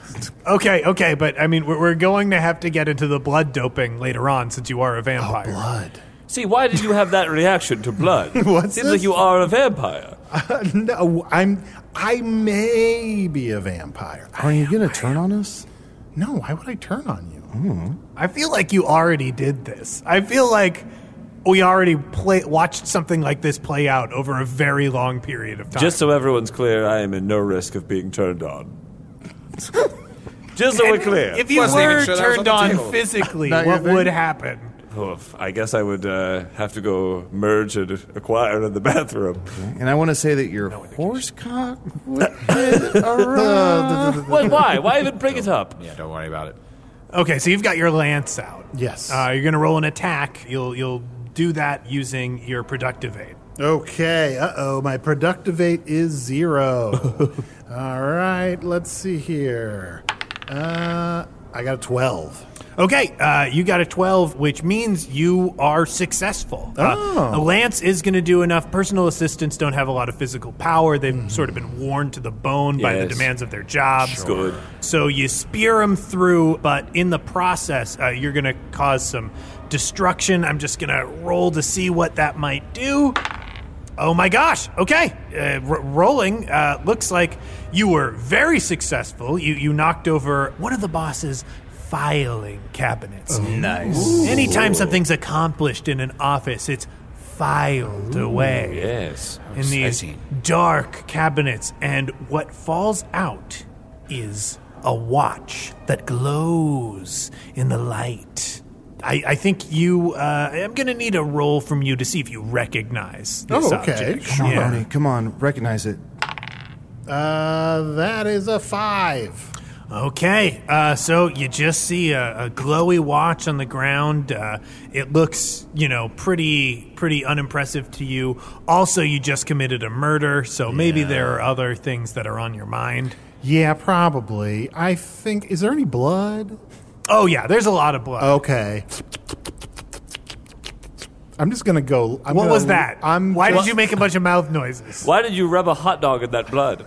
Okay, okay, but I mean, we're, we're going to have to get into the blood doping later on since you are a vampire.
Oh, blood.
See, why did you have that reaction to blood?
What's
Seems
this?
like you are a vampire.
no, I'm. I may be a vampire. Are you going to turn on us? No, why would I turn on you?
I feel like you already did this. I feel like we already play, watched something like this play out over a very long period of time.
Just so everyone's clear, I am in no risk of being turned on. Just so we're clear.
if you were turned on, physically, what would happen?
Oof, I guess I would uh, have to go merge and acquire in the bathroom.
And I want to say that your horse cock.
Wait, why? Why even bring it up?
Yeah, don't worry about it.
Okay, so you've got your lance out.
Yes.
Uh, you're going to roll an attack. You'll you'll do that using your productive aid.
Okay, uh oh, my productivate is zero. All right, let's see here. Uh, I got a 12.
Okay, uh, you got a 12, which means you are successful. Uh,
Oh.
a lance is going to do enough. Personal assistants don't have a lot of physical power. They've sort of been worn to the bone by the
Mm-hmm. Yes.
demands of their jobs.
Sure. Good.
So you spear them through, but in the process, uh, you're going to cause some destruction. I'm just going to roll to see what that might do. Oh my gosh! Okay, uh, r- rolling uh, looks like you were very successful. You you knocked over one of the boss's filing cabinets.
Nice.
Anytime something's accomplished in an office, it's filed away
Yes.
in these dark cabinets, and what falls out is a watch that glows in the light. I, I think you. Uh, I'm going to need a roll from you to see if you recognize this
Oh, okay.
object.
Come on,
Yeah.
Barney. Come on. Recognize it.
Uh, that is a 5.
Okay, uh, so you just see a, a glowy watch on the ground. Uh, it looks, you know, pretty pretty unimpressive to you. Also, you just committed a murder, so maybe there are other things that are on your mind.
Yeah, probably. I think. Is there any blood?
Oh yeah, there's a lot of blood.
Okay. I'm just gonna go. I'm
what
gonna-
was that?
I'm.
Why
just-
did you make a bunch of mouth noises?
Why did you rub a hot dog in that blood?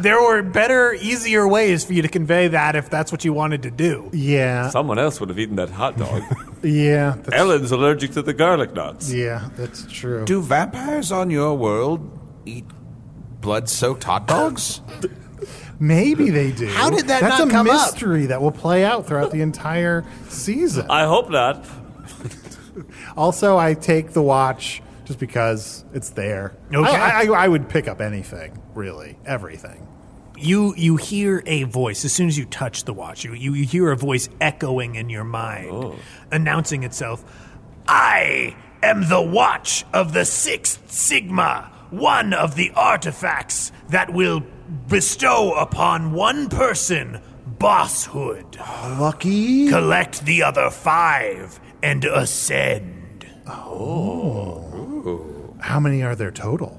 There were better, easier ways for you to convey that if that's what you wanted to do.
Yeah.
Someone else would have eaten that hot dog.
Yeah. That's,
Ellen's allergic to the garlic nuts.
yeah, that's true.
Do vampires on your world eat blood soaked hot dogs?
Maybe they do.
How did that
That's
not
a
come up?
mystery that will play out throughout the entire season.
I hope not.
Also, I take the watch just because it's there.
Okay.
I, I, I would pick up anything, really, everything.
You you hear a voice as soon as you touch the watch. You you, you hear a voice echoing in your mind, announcing itself. I am the watch of the sixth sigma, one of the artifacts that will bestow upon one person bosshood.
Lucky.
Collect the other five and ascend. Oh.
How many are there total?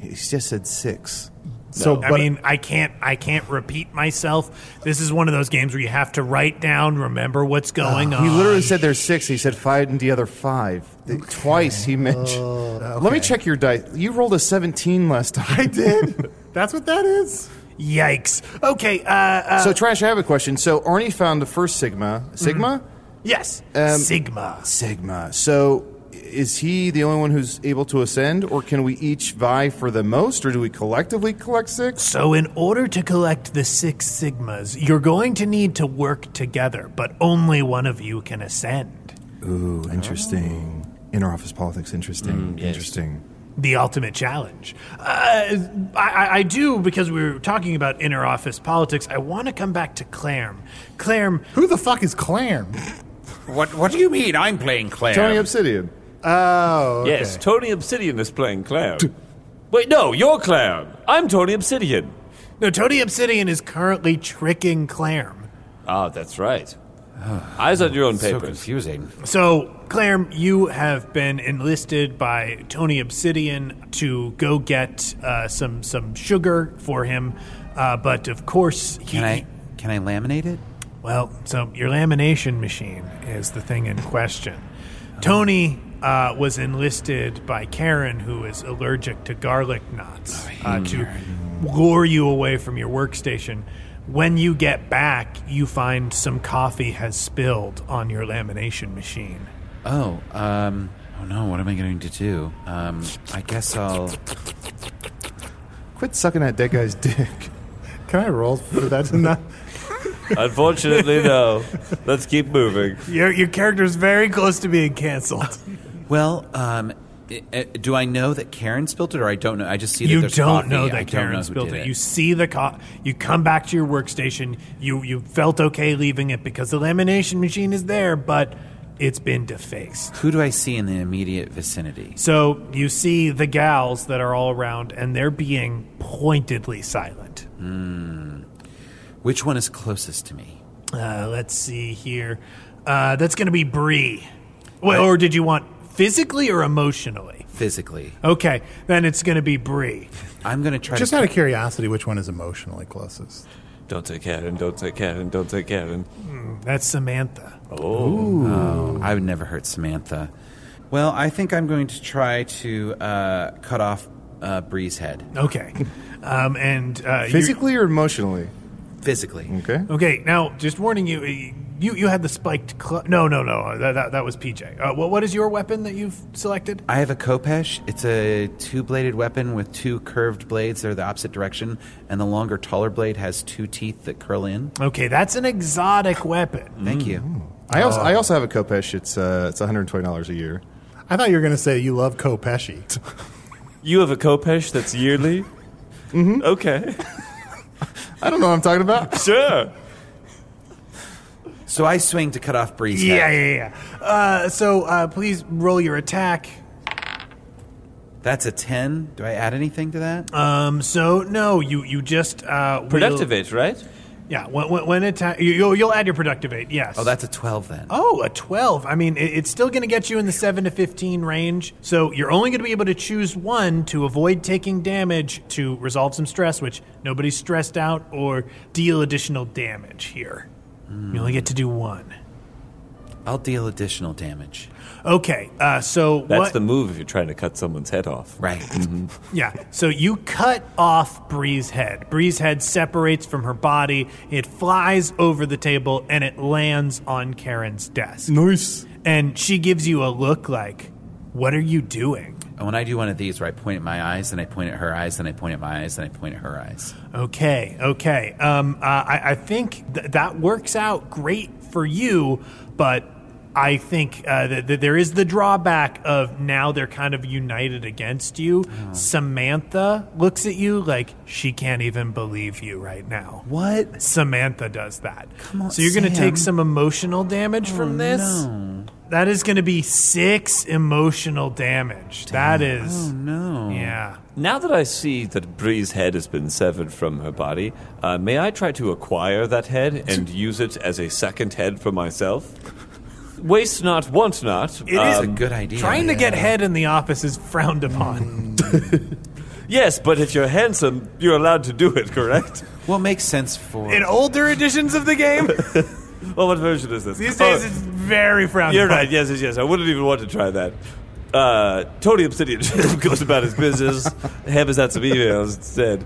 He just said six.
So,
I
but-
mean, I can't, I can't repeat myself. This is one of those games where you have to write down, remember
Ah.
what's going on.
He literally said there's six. He said five and the other five. Th- Twice he mentioned. Let me check your dice. You rolled a 17 last time. Oh, I
did. That's what that is.
Yikes. Okay. Uh, uh,
so, Trash, I have a question. So, Arnie found the first Sigma. Sigma?
Mm-hmm. yes,
Um,
Sigma.
Sigma. So, is he the only one who's able to ascend, or can we each vie for the most, or do we collectively collect six?
So, in order to collect the six sigmas, you're going to need to work together, but only one of you can ascend. Oh. Mm,
Ooh, interesting. Inner office politics, interesting. Interesting.
the ultimate challenge. Uh, I, I- I do, because we were talking about inner office politics, I want to come back to Clarm. Clarm.
Who the fuck is Clarm?
What What do you mean? I'm playing Claire.
Obsidian.
Oh.
Yes, Tony Obsidian is playing Clown. Wait, no, you're Clown. I'm Tony Obsidian.
No, Tony Obsidian is currently tricking Clarm.
Ah, that's right. Eyes on your own papers. So
confusing.
So, Clarm, you have been enlisted by Tony Obsidian to go get uh, some some sugar for him, uh, but of course, he,
Can I can I laminate it?
Well, so your lamination machine is the thing in question. Tony uh, was enlisted by Karen, who is allergic to garlic knots,
Oh,
uh, to lure you away from your workstation. When you get back, you find some coffee has spilled on your lamination machine.
Oh, um, oh no, what am I going to do? Um, I guess I'll.
Quit sucking that dead guy's dick.
Can I roll for that? Not-
Unfortunately, no. Let's keep moving.
Your, your character is very close to being canceled.
Well, um, i- i- do I know that Karen spilled it, or I don't know? I just see that
you
there's
don't
coffee.
know
I
that
don't know
Karen
who
spilled
did
it. You see the co- you come back to your workstation. You you felt okay leaving it because the lamination machine is there, but it's been defaced.
Who do I see in the immediate vicinity?
So you see the gals that are all around, and they're being pointedly silent.
Hmm. Which one is closest to me?
Uh, let's see here. Uh, that's going to be Bree. Well, or did you want physically or emotionally?
Physically.
Okay, then it's going to be Bree.
I'm going to try.
Just out of curiosity, which one is emotionally closest?
Don't say Karen, don't say Karen, don't say Karen.
That's Samantha.
Oh.
Oh, I would never hurt Samantha. Well, I think I'm going to try to uh, cut off uh, Bree's head.
Okay. Um, and uh, you-
Physically or emotionally?
Physically.
Okay.
Okay, now just warning you, you you had the spiked. Cl- no, no, no, that, that, that was PJ. Uh, what what is your weapon that you've selected?
I have a Kopesh. It's a two bladed weapon with two curved blades that are the opposite direction, and the longer, taller blade has two teeth that curl in.
Okay, that's an exotic weapon.
Thank
Hmm.
you.
I
Uh.
also I also have a Kopesh. It's uh it's one hundred twenty dollars a year.
I thought you were going to say you love Kopeshi.
You have a Kopesh that's yearly? mm-hmm. Okay.
I don't know what I'm talking about.
sure.
So I swing to cut off Bree's
Yeah,
head.
yeah, yeah. Uh, so uh, please roll your attack.
That's a 10. Do I add anything to that?
Um, so no, you you just uh, will-
Productivate, right?
Yeah, when, when, when attack, you, you'll you'll add your productive eight. Yes.
Oh, that's a 12 then.
Oh, a 12. I mean, it, it's still going to get you in the 7 to 15 range. So you're only going to be able to choose one to avoid taking damage to resolve some stress, which nobody's stressed out, or deal additional damage here. You only get to do one.
Mm. I'll deal additional damage.
Okay, uh, so
That's
what?
the move if you're trying to cut someone's head off. Mm-hmm.
Right.
yeah, so you cut off Bree's head. Bree's head separates from her body, it flies over the table, and it lands on Karen's desk.
Nice.
And she gives you a look like, What are you doing?
And when I do one of these where I point at my eyes, then I point at her eyes, then I point at my eyes, then I point at her eyes.
Okay, okay. Um, uh, I, I think th- that works out great for you, but I think uh, that that there is the drawback of now they're kind of united against you.
Ah.
Samantha looks at you like she can't even believe you right now.
What?
Samantha does that. Come
on,
so you're going to
Sam. Oh,
take some emotional damage from this. That is going to be six emotional damage. That is.
Oh, no.
Yeah.
Oh. Now that I see that Bree's head has been severed from her body, uh, may I try to acquire that head and use it as a second head for myself? Waste not, want not.
It is
Um,
Trying to get head in the office is frowned
Mm.
upon.
Yes, but if you're handsome, you're allowed to do it, correct?
What makes sense for.
In older editions of the game,
well, what version is this?
these days
Oh,
it's very frowned
You're
upon.
right. Yes, yes, yes. I wouldn't even want to try that. Uh, Tony Obsidian goes about his business, hammers out some emails instead.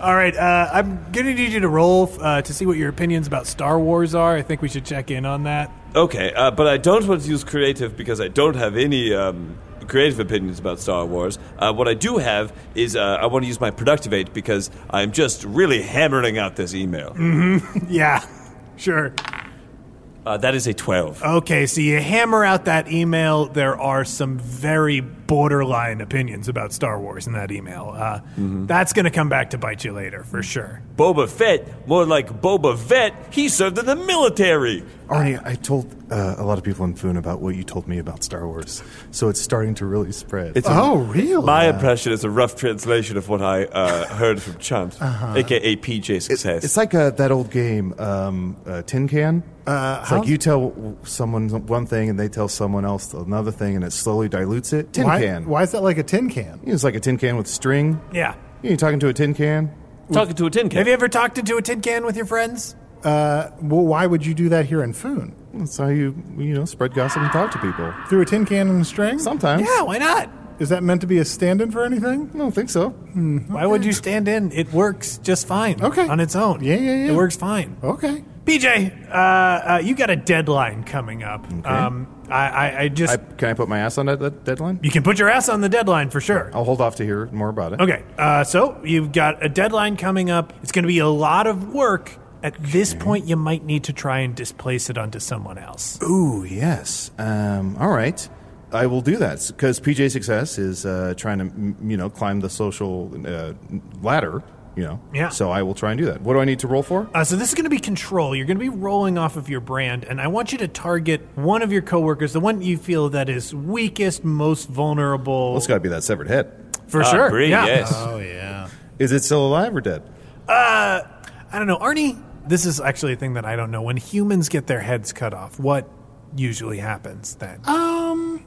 All right, uh, I'm gonna need you to roll uh, to see what your opinions about Star Wars are. I think we should check in on that.
Okay, uh, but I don't want to use creative because I don't have any um, creative opinions about Star Wars. Uh, what I do have is uh, I want to use my productivate because I'm just really hammering out this email. Mm-hmm.
yeah, sure.
Uh, that is a 12.
Okay, so you hammer out that email. There are some very borderline opinions about Star Wars in that email. Uh,
Mm-hmm.
That's going to come back to bite you later for sure.
Boba Fett, more like Boba Vet, he served in the military.
Arnie, I told uh, a lot of people in Foon about what you told me about Star Wars, so it's starting to really spread.
It's a-
Oh,
Oh, My impression is a rough translation of what I uh, heard from Chunt,
Uh-huh.
aka PJ Success.
It's like uh, that old game, um, uh, Tin Can. Uh, it's
how-
like you tell someone one thing and they tell someone else another thing, and it slowly dilutes it. Tin
why,
Can.
Why is that like a tin can?
It's like a tin can with string.
Yeah.
You talking to a tin can?
Talking to a tin can.
Have you ever talked into a tin can with your friends?
Uh, well, why would you do that here in Foon?
That's how you you know spread gossip and talk to people
through a tin can and a string.
Sometimes.
Yeah, why not?
Is that meant to be a stand-in for anything? Hmm,
I don't think so.
Why would you stand in? It works just fine. Okay. On its own. Yeah, yeah, yeah. It works fine.
Okay.
PJ, uh, uh, you got a deadline coming up. Um, I, I, I just.
I, can I put my ass on that, that deadline?
You can put your ass on the deadline for sure.
I'll hold off to hear more about it.
Okay, uh, so you've got a deadline coming up. It's going to be a lot of work. At this point, you might need to try and displace it onto someone else.
Ooh, yes. Um, all right. I will do that because PJ Success is uh, trying to, m- you know, climb the social uh, ladder, you know.
Yeah.
So I will try and do that. What do I need to roll for?
Uh, so this is going to be control. You're going to be rolling off of your brand, and I want you to target one of your coworkers, the one you feel that is weakest, most vulnerable.
Well, it's got to be that severed head.
For Ah, sure, Bree, yeah. yes. Oh,
yeah.
Is it still alive or dead?
Uh, I don't know, Arnie. This is actually a thing that I don't know. When humans get their heads cut off, what usually happens then?
Um,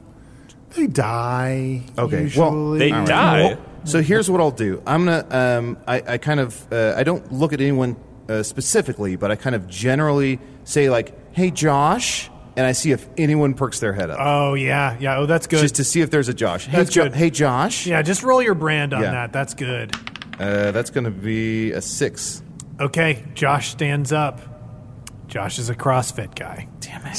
they die.
Okay. Well,
usually.
all right. Well, So here's what I'll do. I'm gonna. Um, I, I kind of. Uh, I don't look at anyone uh, specifically, but I kind of generally say like, "Hey, Josh," and I see if anyone perks their head up.
Oh yeah, yeah. Oh, that's good.
Just to see if there's a Josh. Hey,
That's
Jo-
good.
Hey, Josh.
yeah, just roll your brand on
Yeah.
that. That's good.
Uh, that's going to be a six.
Okay, Josh stands up. Josh is a CrossFit guy. Damn it.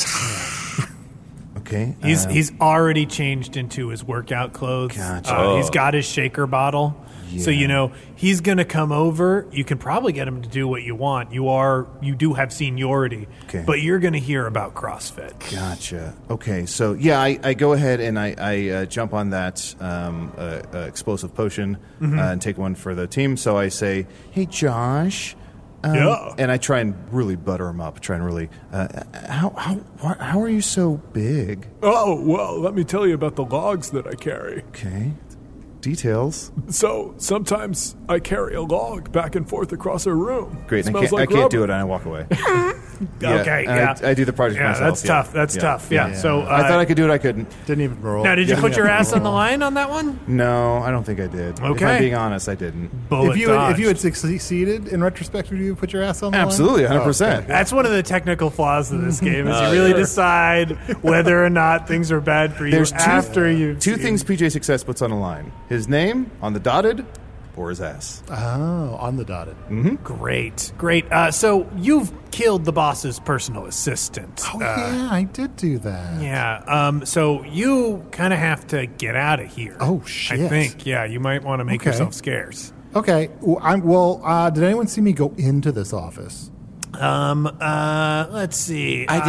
Okay.
He's
uh,
he's already changed into his workout clothes.
Gotcha.
Uh, He's
Oh.
got his shaker bottle. So
Yeah.
you know he's gonna come over. You can probably get him to do what you want. You are you do have seniority,
Okay.
but you're gonna hear about CrossFit.
Gotcha. Okay. So yeah, I, I go ahead and I, I uh, jump on that um, uh, uh, explosive potion
Mhm.
uh, and take one for the team. So I say, "Hey, Josh." um,
Yeah.
And I try and really butter him up. Try and really. Uh, how how why- how are you so big?
Oh, well, let me tell you about the logs that I carry.
Okay. Details.
So sometimes I carry a log back and forth across a room.
Great. And I
Smells
can't,
like
I can't do it,
rubber.
and I walk away.
Okay,
and
yeah.
I, I do the project
Yeah,
myself.
that's tough, that's tough, yeah, so,
I
uh,
thought I could do it. I couldn't.
Didn't even roll.
Now, did you put your ass on the line on that one?
No, I don't think I did. If
Okay.
I'm being honest, I didn't.
if you had, if you had succeeded in retrospect, would you put your ass on the
Absolutely,
line?
100%.
That's one of the technical flaws of this game is
Oh,
you really
sure.
decide whether or not things are bad for you
There's two,
after you
two things PJ Success puts on the line: his name on the dotted, or his ass.
Oh, on the dotted.
Mm-hmm.
Great, great. Uh, so you've killed the boss's personal assistant. Oh
yeah, I did do that.
Yeah. Um, so you kind of have to get out of here.
Oh, shit.
I think. Yeah, you might want to make
Okay.
yourself scarce.
Okay. Well, I'm, well uh, did anyone see me go into this office?
Um. Uh. Let's see. I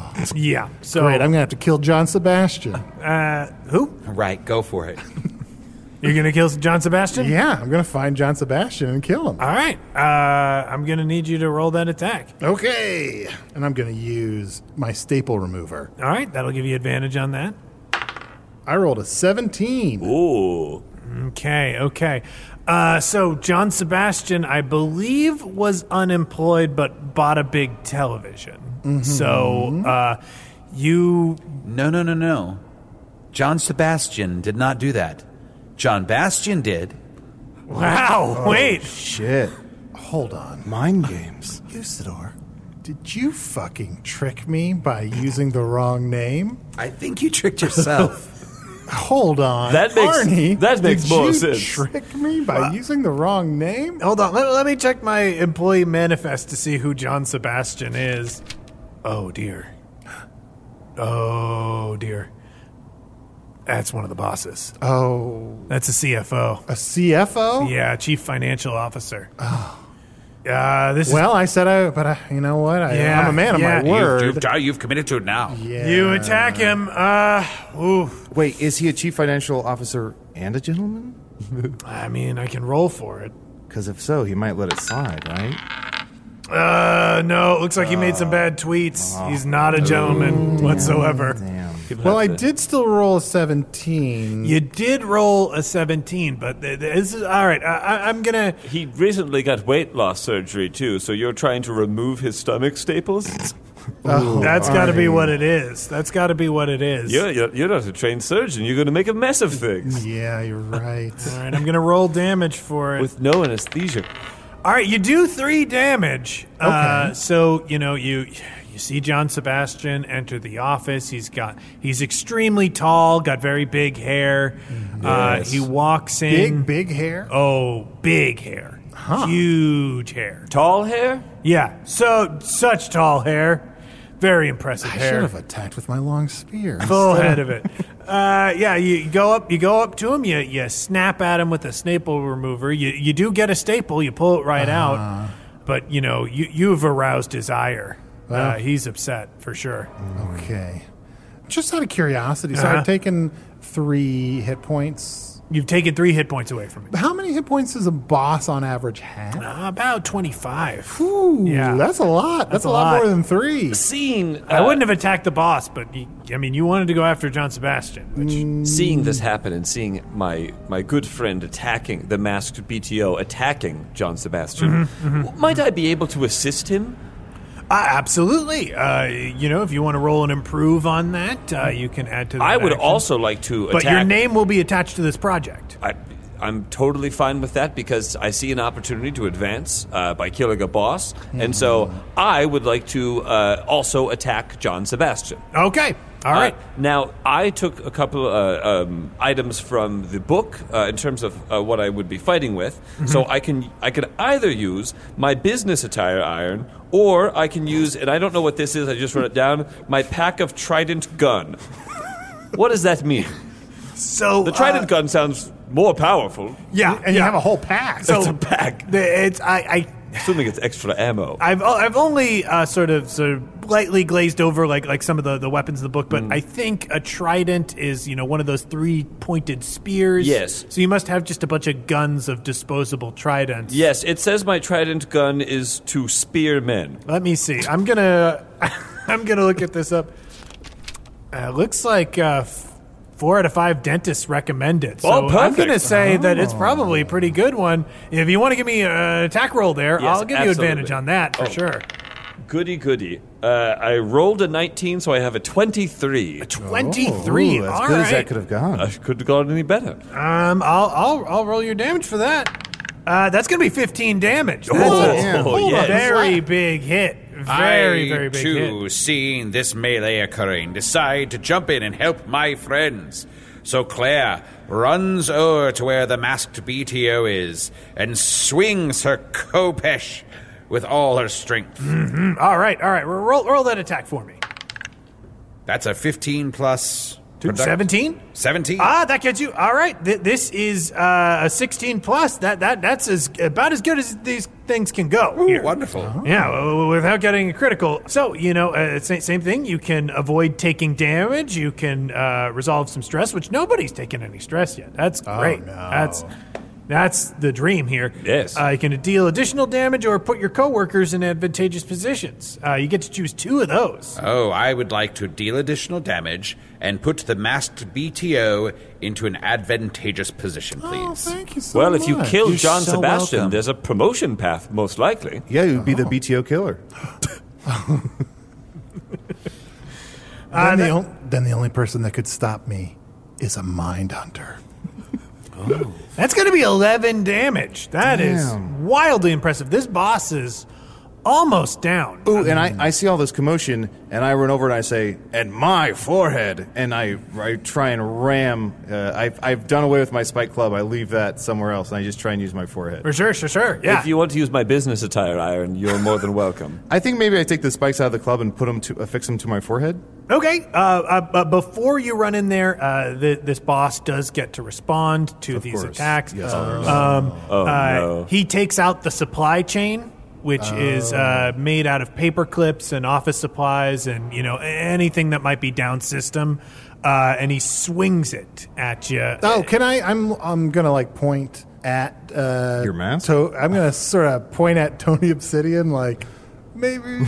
did. yeah. So
Great. I'm going to have to kill John Sebastian.
Uh, who?
Right, go for it.
You're gonna kill John Sebastian?
Yeah, I'm going to find John Sebastian and kill him.
All right. Uh, I'm gonna need you to roll that attack.
Okay. And I'm going to use my staple remover.
All right. That'll give you advantage on that.
I rolled a 17.
Ooh.
Okay, okay. Uh, so John Sebastian, I believe, was unemployed but bought a big television.
Mhm.
So uh, you
No, no, no, no. John Sebastian did not do that. John Bastion did.
Wow,
Oh, wait.
Shit.
Hold on.
Mind games.
Usador, did you fucking trick me by using the wrong name?
I think you tricked yourself.
Hold on.
That makes-
Arnie,
that makes
did
more
you
sense.
trick me by using the wrong name?
hold on. Let, let me check my employee manifest to see who John Sebastian is. Oh dear. Oh dear. That's one of the bosses.
Oh.
That's a CFO.
A CFO?
Yeah, chief financial officer. Uh, this
Oh. well, I said I, but I, you know what? I,
Yeah,
I'm a man
yeah.
of my word.
You've, you've, you've committed to it now.
Yeah.
You attack him. Uh, ooh.
Wait, is he a chief financial officer and a gentleman?
I mean, I can roll for it.
Because if so, he might let it slide, right?
Uh, no. It looks like he made some bad tweets. He's not a gentleman whatsoever.
Well, I did still roll a 17.
You did roll a 17, but th- th- this is all right. I, I, I'm gonna.
He recently got weight loss surgery too, so you're trying to remove his stomach staples?
Ooh, that's got to be what it is. That's got to be what it is.
You're, you're, you're not a trained surgeon. You're going to make a mess of things.
Yeah, you're right.
All right, I'm gonna roll damage for it.
With no anesthesia.
All right, you do three damage. Uh, so you know you you see John Sebastian enter the office. He's got he's extremely tall, got very big hair. Uh,
Mm-hmm. Yes.
he walks in,
Big, big hair.
Oh, big hair, huge hair,
tall hair.
Yeah, so such tall hair, very impressive
I
hair.
should have attacked with my long spear.
Full
instead
head of it. Uh, yeah, you go up. You go up to him. You you snap at him with a staple remover. You you do get a staple. You pull it right out.
Uh-huh.
But you know you you've aroused his ire.
Well.
uh, he's upset for sure.
Okay. Just out of curiosity, so
Uh-huh.
I've taken three hit points.
You've taken three hit points away from me.
How many hit points does a boss on average have?
Uh, about twenty five.
Ooh, that's a lot. That's, a lot, more than three.
Seeing
I wouldn't have attacked the boss, but you, I mean, you wanted to go after John Sebastian. Which,
Seeing this happen and seeing my, my good friend attacking the masked BTO attacking John Sebastian,
Mm-hmm,
might I be able to assist him?
Uh, absolutely. Uh, you know, if you want to roll and improve on that, uh, you can add to. that
I would
action.
also like to
But
attack.
your name will be attached to this project.
I, I'm totally fine with that because I see an opportunity to advance uh, by killing a boss, and
Hmm.
so I would like to uh, also attack John Sebastian.
Okay. All right.
Uh, now, I took a couple uh, um, items from the book uh, in terms of uh, what I would be fighting with. So
Mm-hmm.
I can I could either use my business attire iron, or I can use and I don't know what this is. I just wrote it down. My pack of trident gun. what does that mean?
So uh,
the trident gun sounds more powerful.
Yeah, and you have a
whole pack.
So
It's a pack.
the- it's I. I
Assuming it's extra ammo.
I've o- I've only uh, sort of sort of lightly glazed over like like some of the, the weapons in the book, but
Mm.
I think a trident is you know one of those three pointed spears.
Yes.
So you must have just a bunch of guns of disposable tridents.
Yes, it says my trident gun is to spear men.
Let me see. I'm gonna I'm gonna look at this up. Uh, looks like uh, f- four out of five dentists recommend it. So
Oh,
I'm
perfect. Oh.
gonna say that it's probably a pretty good one. If you want to give me an attack roll there,
Yes,
I'll give you advantage
absolutely.
on that for
Oh.
sure.
Goody goody. Uh, I rolled a 19, so I have a 23. A
23.
Oh, Ooh, as
All
good as that
right.
could have gone.
I could have gone any better.
Um, I'll I'll I'll roll your damage for that. Uh, that's gonna be 15 damage. That's
Oh,
a
yeah.
hold on,
yes.
very big hit. Very
I,
very big
too,
hit.
seeing this melee occurring, decide to jump in and help my friends. So Claire runs over to where the masked BTO is and swings her kopesh with all her strength.
Mm, All right, all right. Roll roll that attack for me.
That's a 15 plus. product-
17?
17.
Ah, that gets you. All right, Th- this is uh, a 16 plus. That that that's as about as good as these things can go. here.
Wonderful.
Yeah, w- w- without getting critical. So you know, uh, sa- same thing. You can avoid taking damage. You can uh, resolve some stress, which nobody's taken any stress yet. That's great. That's that's the dream here.
Yes.
uh, you can deal additional damage or put your coworkers in advantageous positions. Uh, you get to choose two of those.
Oh, I would like to deal additional damage and put the masked BTO into an advantageous position,
Oh,
please.
thank you so
well,
much.
if you kill
You're
John
so
Sebastian,
welcome.
there's a promotion path, most likely.
Yeah, he would
Oh.
be the BTO killer.
Uh,
Then, the on- then the only person that could stop me is a mind hunter.
That's going to be 11 damage. That is
Damn.
wildly impressive. This boss is almost down.
Ooh, and I, I see all this commotion, and I run over and I say, "And my forehead!" And I, I try and ram. Uh, I've, I've done away with my spike club. I leave that somewhere else, and I just try and use my forehead.
For sure, sure, sure. Yeah.
If you want to use my business attire iron, you're more than welcome.
I think maybe I take the spikes out of the club and put them to affix them to my forehead.
okay. Uh, uh, but before you run in there, uh, th- this boss does get to respond to
Of
these
course.
attacks.
Yes, of
um,
Oh,
uh,
no.
He takes out the supply chain. which is
Oh.
uh, made out of paper clips and office supplies and you know anything that might be down system. Uh, and he swings it at you.
Oh, can I? I'm I'm gonna like point at uh, your mask. So I'm gonna sort of point at Tony Obsidian, like maybe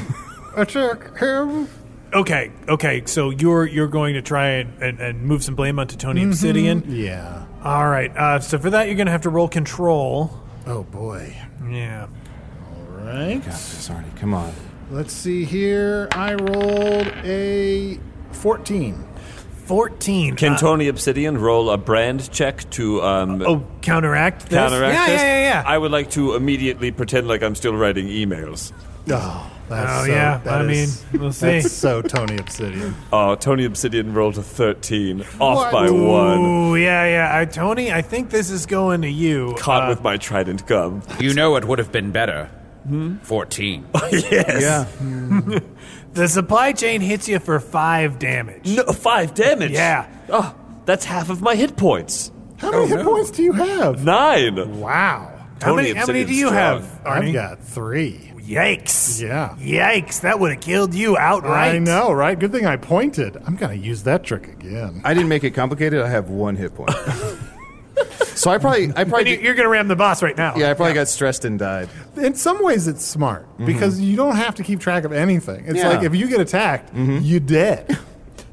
attack him.
Okay, okay. So you're you're going to try and, and, and move some blame onto Tony
Mm-hmm.
Mhm.
Obsidian.
Yeah.
All right. Uh, so for that, you're going to have to roll control.
Oh boy.
Yeah.
All right.
Sorry, come on.
Let's see here. I rolled a 14.
14.
Can Tony Obsidian roll a brand check to um,
Oh, counteract this?
counteract
yeah,
this?
Yeah, yeah, yeah.
I would like to immediately pretend like I'm still writing emails.
Oh,
Oh, yeah, I mean, we'll see.
That's so Tony Obsidian.
Oh, Tony Obsidian rolled a 13. Off
What?
by one.
Ooh, yeah, yeah. I, Tony, I think this is going to you.
Caught with my trident gum.
You know it would have been better.
Hmm?
14.
yes. the supply chain hits you for five damage. No,
five damage?
Yeah. Oh,
Oh, that's half of my hit points.
How many hit points do you have?
Nine.
Wow.
How many- how many do you have,
I've
Arnie?
got three.
Yikes.
Yeah.
Yikes. That would have killed you outright.
I know, right? Good thing I pointed. I'm going to use that trick again.
I didn't make it complicated. I have one hit point. so I probably, I probably,
you, are going to ram the boss right now.
yeah, I probably got stressed and died.
In some ways, it's smart because you don't have to keep track of anything. It's
Yeah.
like if you get attacked, you dead.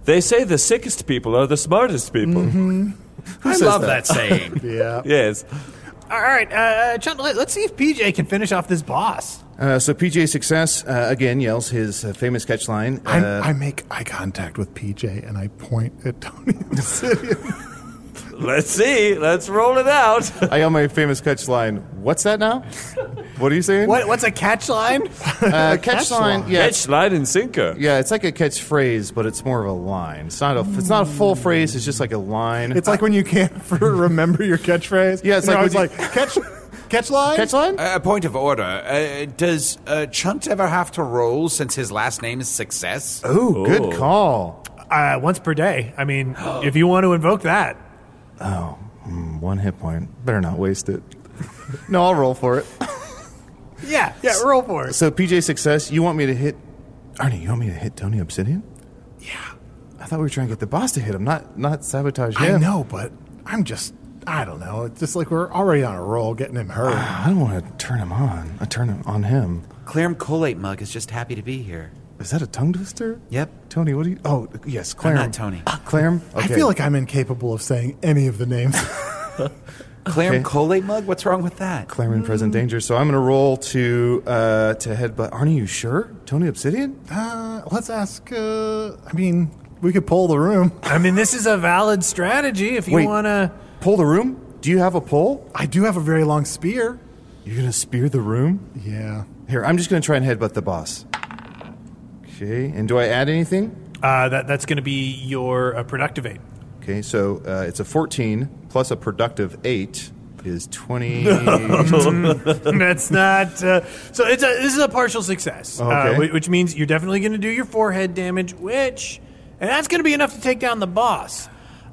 They say the sickest people are the smartest people.
Mm-hmm.
Who
I
says
love
that?
that saying.
yeah.
Yes.
All right, uh, Chun, let- let's see if PJ can finish off this boss.
Uh, so PJ Success uh, again yells his uh, famous catch line.
I'm-
uh,
I make eye contact with PJ and I point at Tony Obsidian.
Let's see. Let's roll it out.
I yell my famous catch line. What's that now? What are you saying?
What, what's a catch line?
Uh, catch, line, yeah,
Catch line and sinker.
yeah, it's like a catchphrase, but it's more of a line. It's not a, it's not a full phrase. It's just like a line.
It's like when you can't for, remember your catchphrase.
Yeah, it's
And
like
I was
when
like catch, catch line,
A point of order. Uh, does uh, Chunt ever have to roll since his last name is Success?
Ooh,
Oh.
good call.
Uh, once per day. I mean, if you want to invoke that.
Oh, mm, one hit point. Better not waste it. no, I'll roll for it.
Yeah, yeah, roll for it.
So PJ Success, you want me to hit Arnie? You want me to hit Tony Obsidian? Yeah. I thought we were trying to get the boss to hit him, not not sabotage
I
him.
know, but I'm just I don't know. It's just like we're already on a roll, getting him hurt.
Ah, I don't want to turn him on. I turn him on him.
Clarum Colate Mug is just happy to be here.
Is that a tongue twister?
Yep.
Tony, what do you? Oh, yes, Claire.
not Ah, Tony.
Ah,
Claire.
I feel like I'm incapable of saying any of the names.
Clarum
Okay.
Colate Mug? What's wrong with that?
Claire in present danger. So I'm going to roll to uh, to headbutt. Arnie, you sure? Tony Obsidian?
uh, let's ask. Uh, I mean, we could pull the room.
I mean, this is a valid strategy if you
Wait.
want to.
Pull the room? Do you have a pull?
I do have a very long spear.
You're going to spear the room?
Yeah.
Here, I'm just going to try and headbutt the boss. Okay. And do I add anything?
Uh, that, that's going to be your uh, productive aid.
Okay. So uh, it's a 14 plus a productive eight is 20.
that's not. Uh, so it's a, this is a partial success, uh,
Okay.
whi- which means you're definitely going to do your forehead damage, which. And that's going to be enough to take down the boss.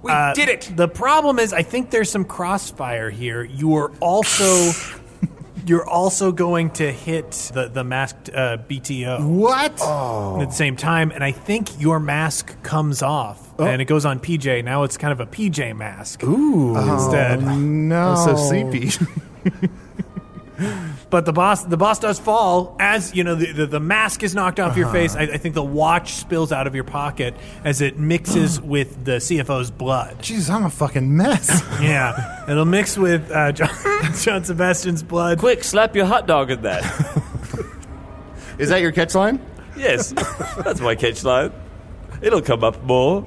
Uh,
We did it!
The problem is, I think there's some crossfire here. You are also. You're also going to hit the, the masked uh, BTO.
What?
at the same time, and I think your mask comes off and it goes on PJ. Now it's kind of a PJ mask
Ooh.
instead.
Oh, No.
I'm so sleepy.
But the boss, the boss does fall as you know the the, the mask is knocked off
Uh-huh.
your face. I, I think the watch spills out of your pocket as it mixes with the CFO's blood.
Jesus, I'm a fucking mess.
Yeah, it'll mix with uh, John, John Sebastian's blood.
Quick, slap your hot dog in that.
is that your catch line?
yes. That's my catch line. It'll come up more.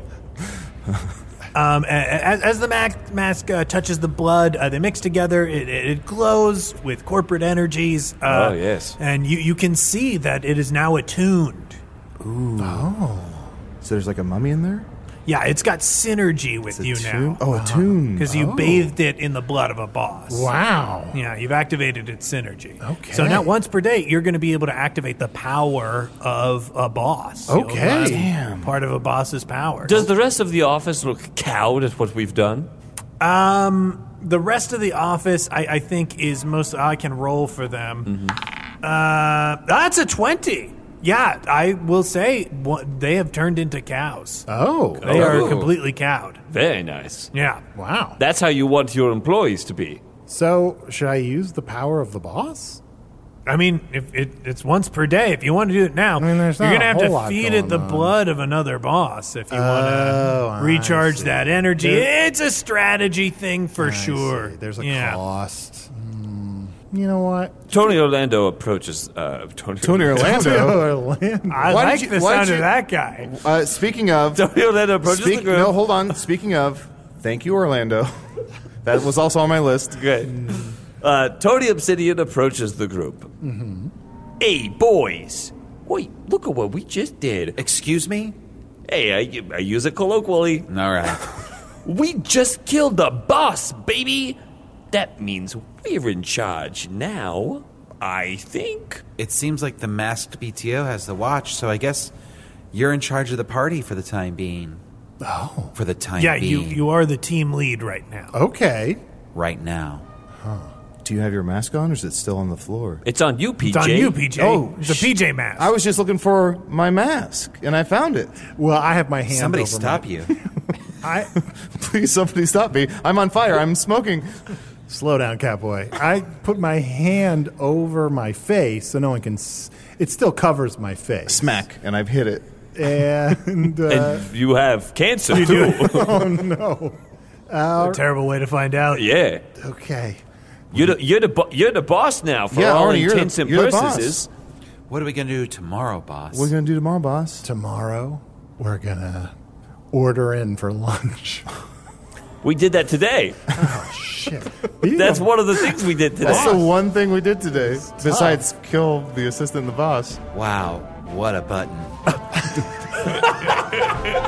Um, a- a- as, as the ma- mask uh, touches the blood, uh, they mix together. It, it, it glows with corporate energies. Uh,
Oh, yes.
and you, you can see that it is now attuned.
Oh. So there's like a mummy in there?
Yeah, it's got synergy with you
Tomb?
now
Oh, a tomb.
because you bathed it in the blood of a boss.
wow.
Yeah, you've activated its synergy.
Okay.
So now, once per day, you're going to be able to activate the power of a boss. You'll
Okay.
have
Damn.
Part of a boss's power.
Does the rest of the office look cowed at what we've done? Mm-hmm.
Um, the rest of the office, I, I think, is most I can roll for them. Uh, that's a 20. Yeah, I will say what, they have turned into cows.
Oh.
They
Oh.
are completely cowed.
Very nice.
Yeah. Wow.
That's how you want your employees to be.
So, should I use the power of the boss?
I mean, if it, it's once per day, if you want to do it now,
there's
you're
not
going to
a
have
whole
to
lot
feed
going
it the
on.
blood of another boss if you
Oh,
want
I
to recharge
see.
that energy.
There-
it's a strategy thing for sure.
There's a
yeah.
cost. You know what?
Tony Orlando approaches. Uh, Tony,
Tony Orlando? Tony
Orlando.
I
Why did
like
you-
the
why did
sound of
you-
that guy.
Uh, speaking of,
Orlando
approaches the girl.
No, hold on. Speaking of, thank you, Orlando. that was also on my list.
Great. Uh, Tony Obsidian approaches the group. Hey, boys. Wait, look at what we just did.
Excuse me?
Hey, I, I use it colloquially.
All right.
We just killed the boss, baby! That means we're in charge now, I think.
It seems like the masked BTO has the watch, so I guess you're in charge of the party for the time being. Oh. For the time
Yeah, you,
being.
you are the team lead right now.
Okay.
Right now.
Do you have your mask on, or is it still on the floor?
It's on you, PJ.
It's on you, PJ.
Oh,
the PJ mask.
I was just looking for my mask, and I found it.
Well, I have my hand.
Somebody
over
stop
my-
you.
I
Please, somebody stop me. I'm on fire. I'm smoking.
slow down, cowboy. I put my hand over my face so no one can. S- it still covers my face.
Smack. And I've hit it.
And, uh,
And you have cancer, too.
oh no.
a terrible way to find out.
yeah.
Okay.
You're the, you're, the bo- you're the boss now for
Yeah,
all
Arnie, you're the-
intents and
you're the boss.
purposes.
What are we going to do tomorrow, boss?
What are you going to do tomorrow, boss?
Tomorrow we're gonna order in for lunch.
We did that today.
Shit.
That's one of the things we did today.
That's the one thing we did today, besides kill the assistant and the boss.
Wow, what a button.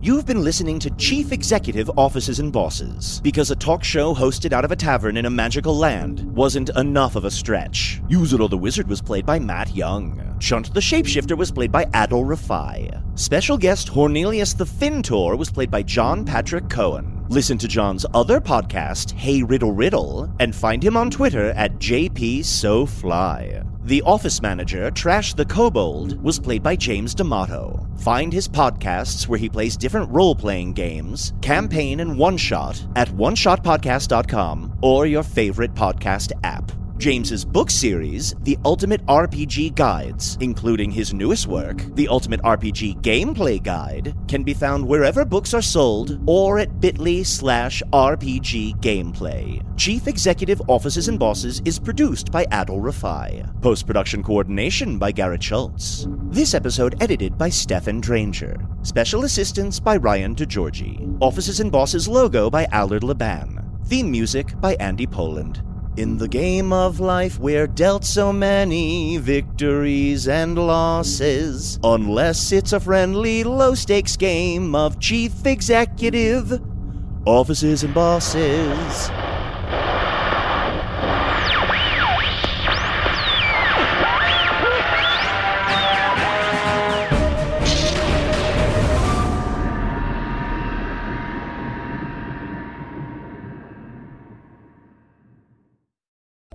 You've been listening to Chief Executive Offices and Bosses because a talk show hosted out of a tavern in a magical land wasn't enough of a stretch. Yuzuru the Wizard was played by Matt Young. Shunt the Shapeshifter was played by Adol Rafai. Special guest Hornelius the Fintor was played by John Patrick Cohen. Listen to John's other podcast, Hey Riddle Riddle, and find him on Twitter at JPSoFly. The office manager, Trash the Kobold, was played by James D'Amato. Find his podcasts where he plays different role playing games, campaign, and one shot at oneshotpodcast.com or your favorite podcast app. James's book series, The Ultimate RPG Guides, including his newest work, The Ultimate RPG Gameplay Guide, can be found wherever books are sold or at bit.ly slash RPG Gameplay. Chief Executive Offices and Bosses is produced by Adol Rafai. Post-production coordination by Garrett Schultz. This episode edited by Stefan Dranger. Special assistance by Ryan DeGiorgi. Offices and Bosses logo by Allard Laban. Theme music by Andy Poland. In the game of life, we're dealt so many victories and losses. Unless it's a friendly, low stakes game of chief executive, offices, and bosses.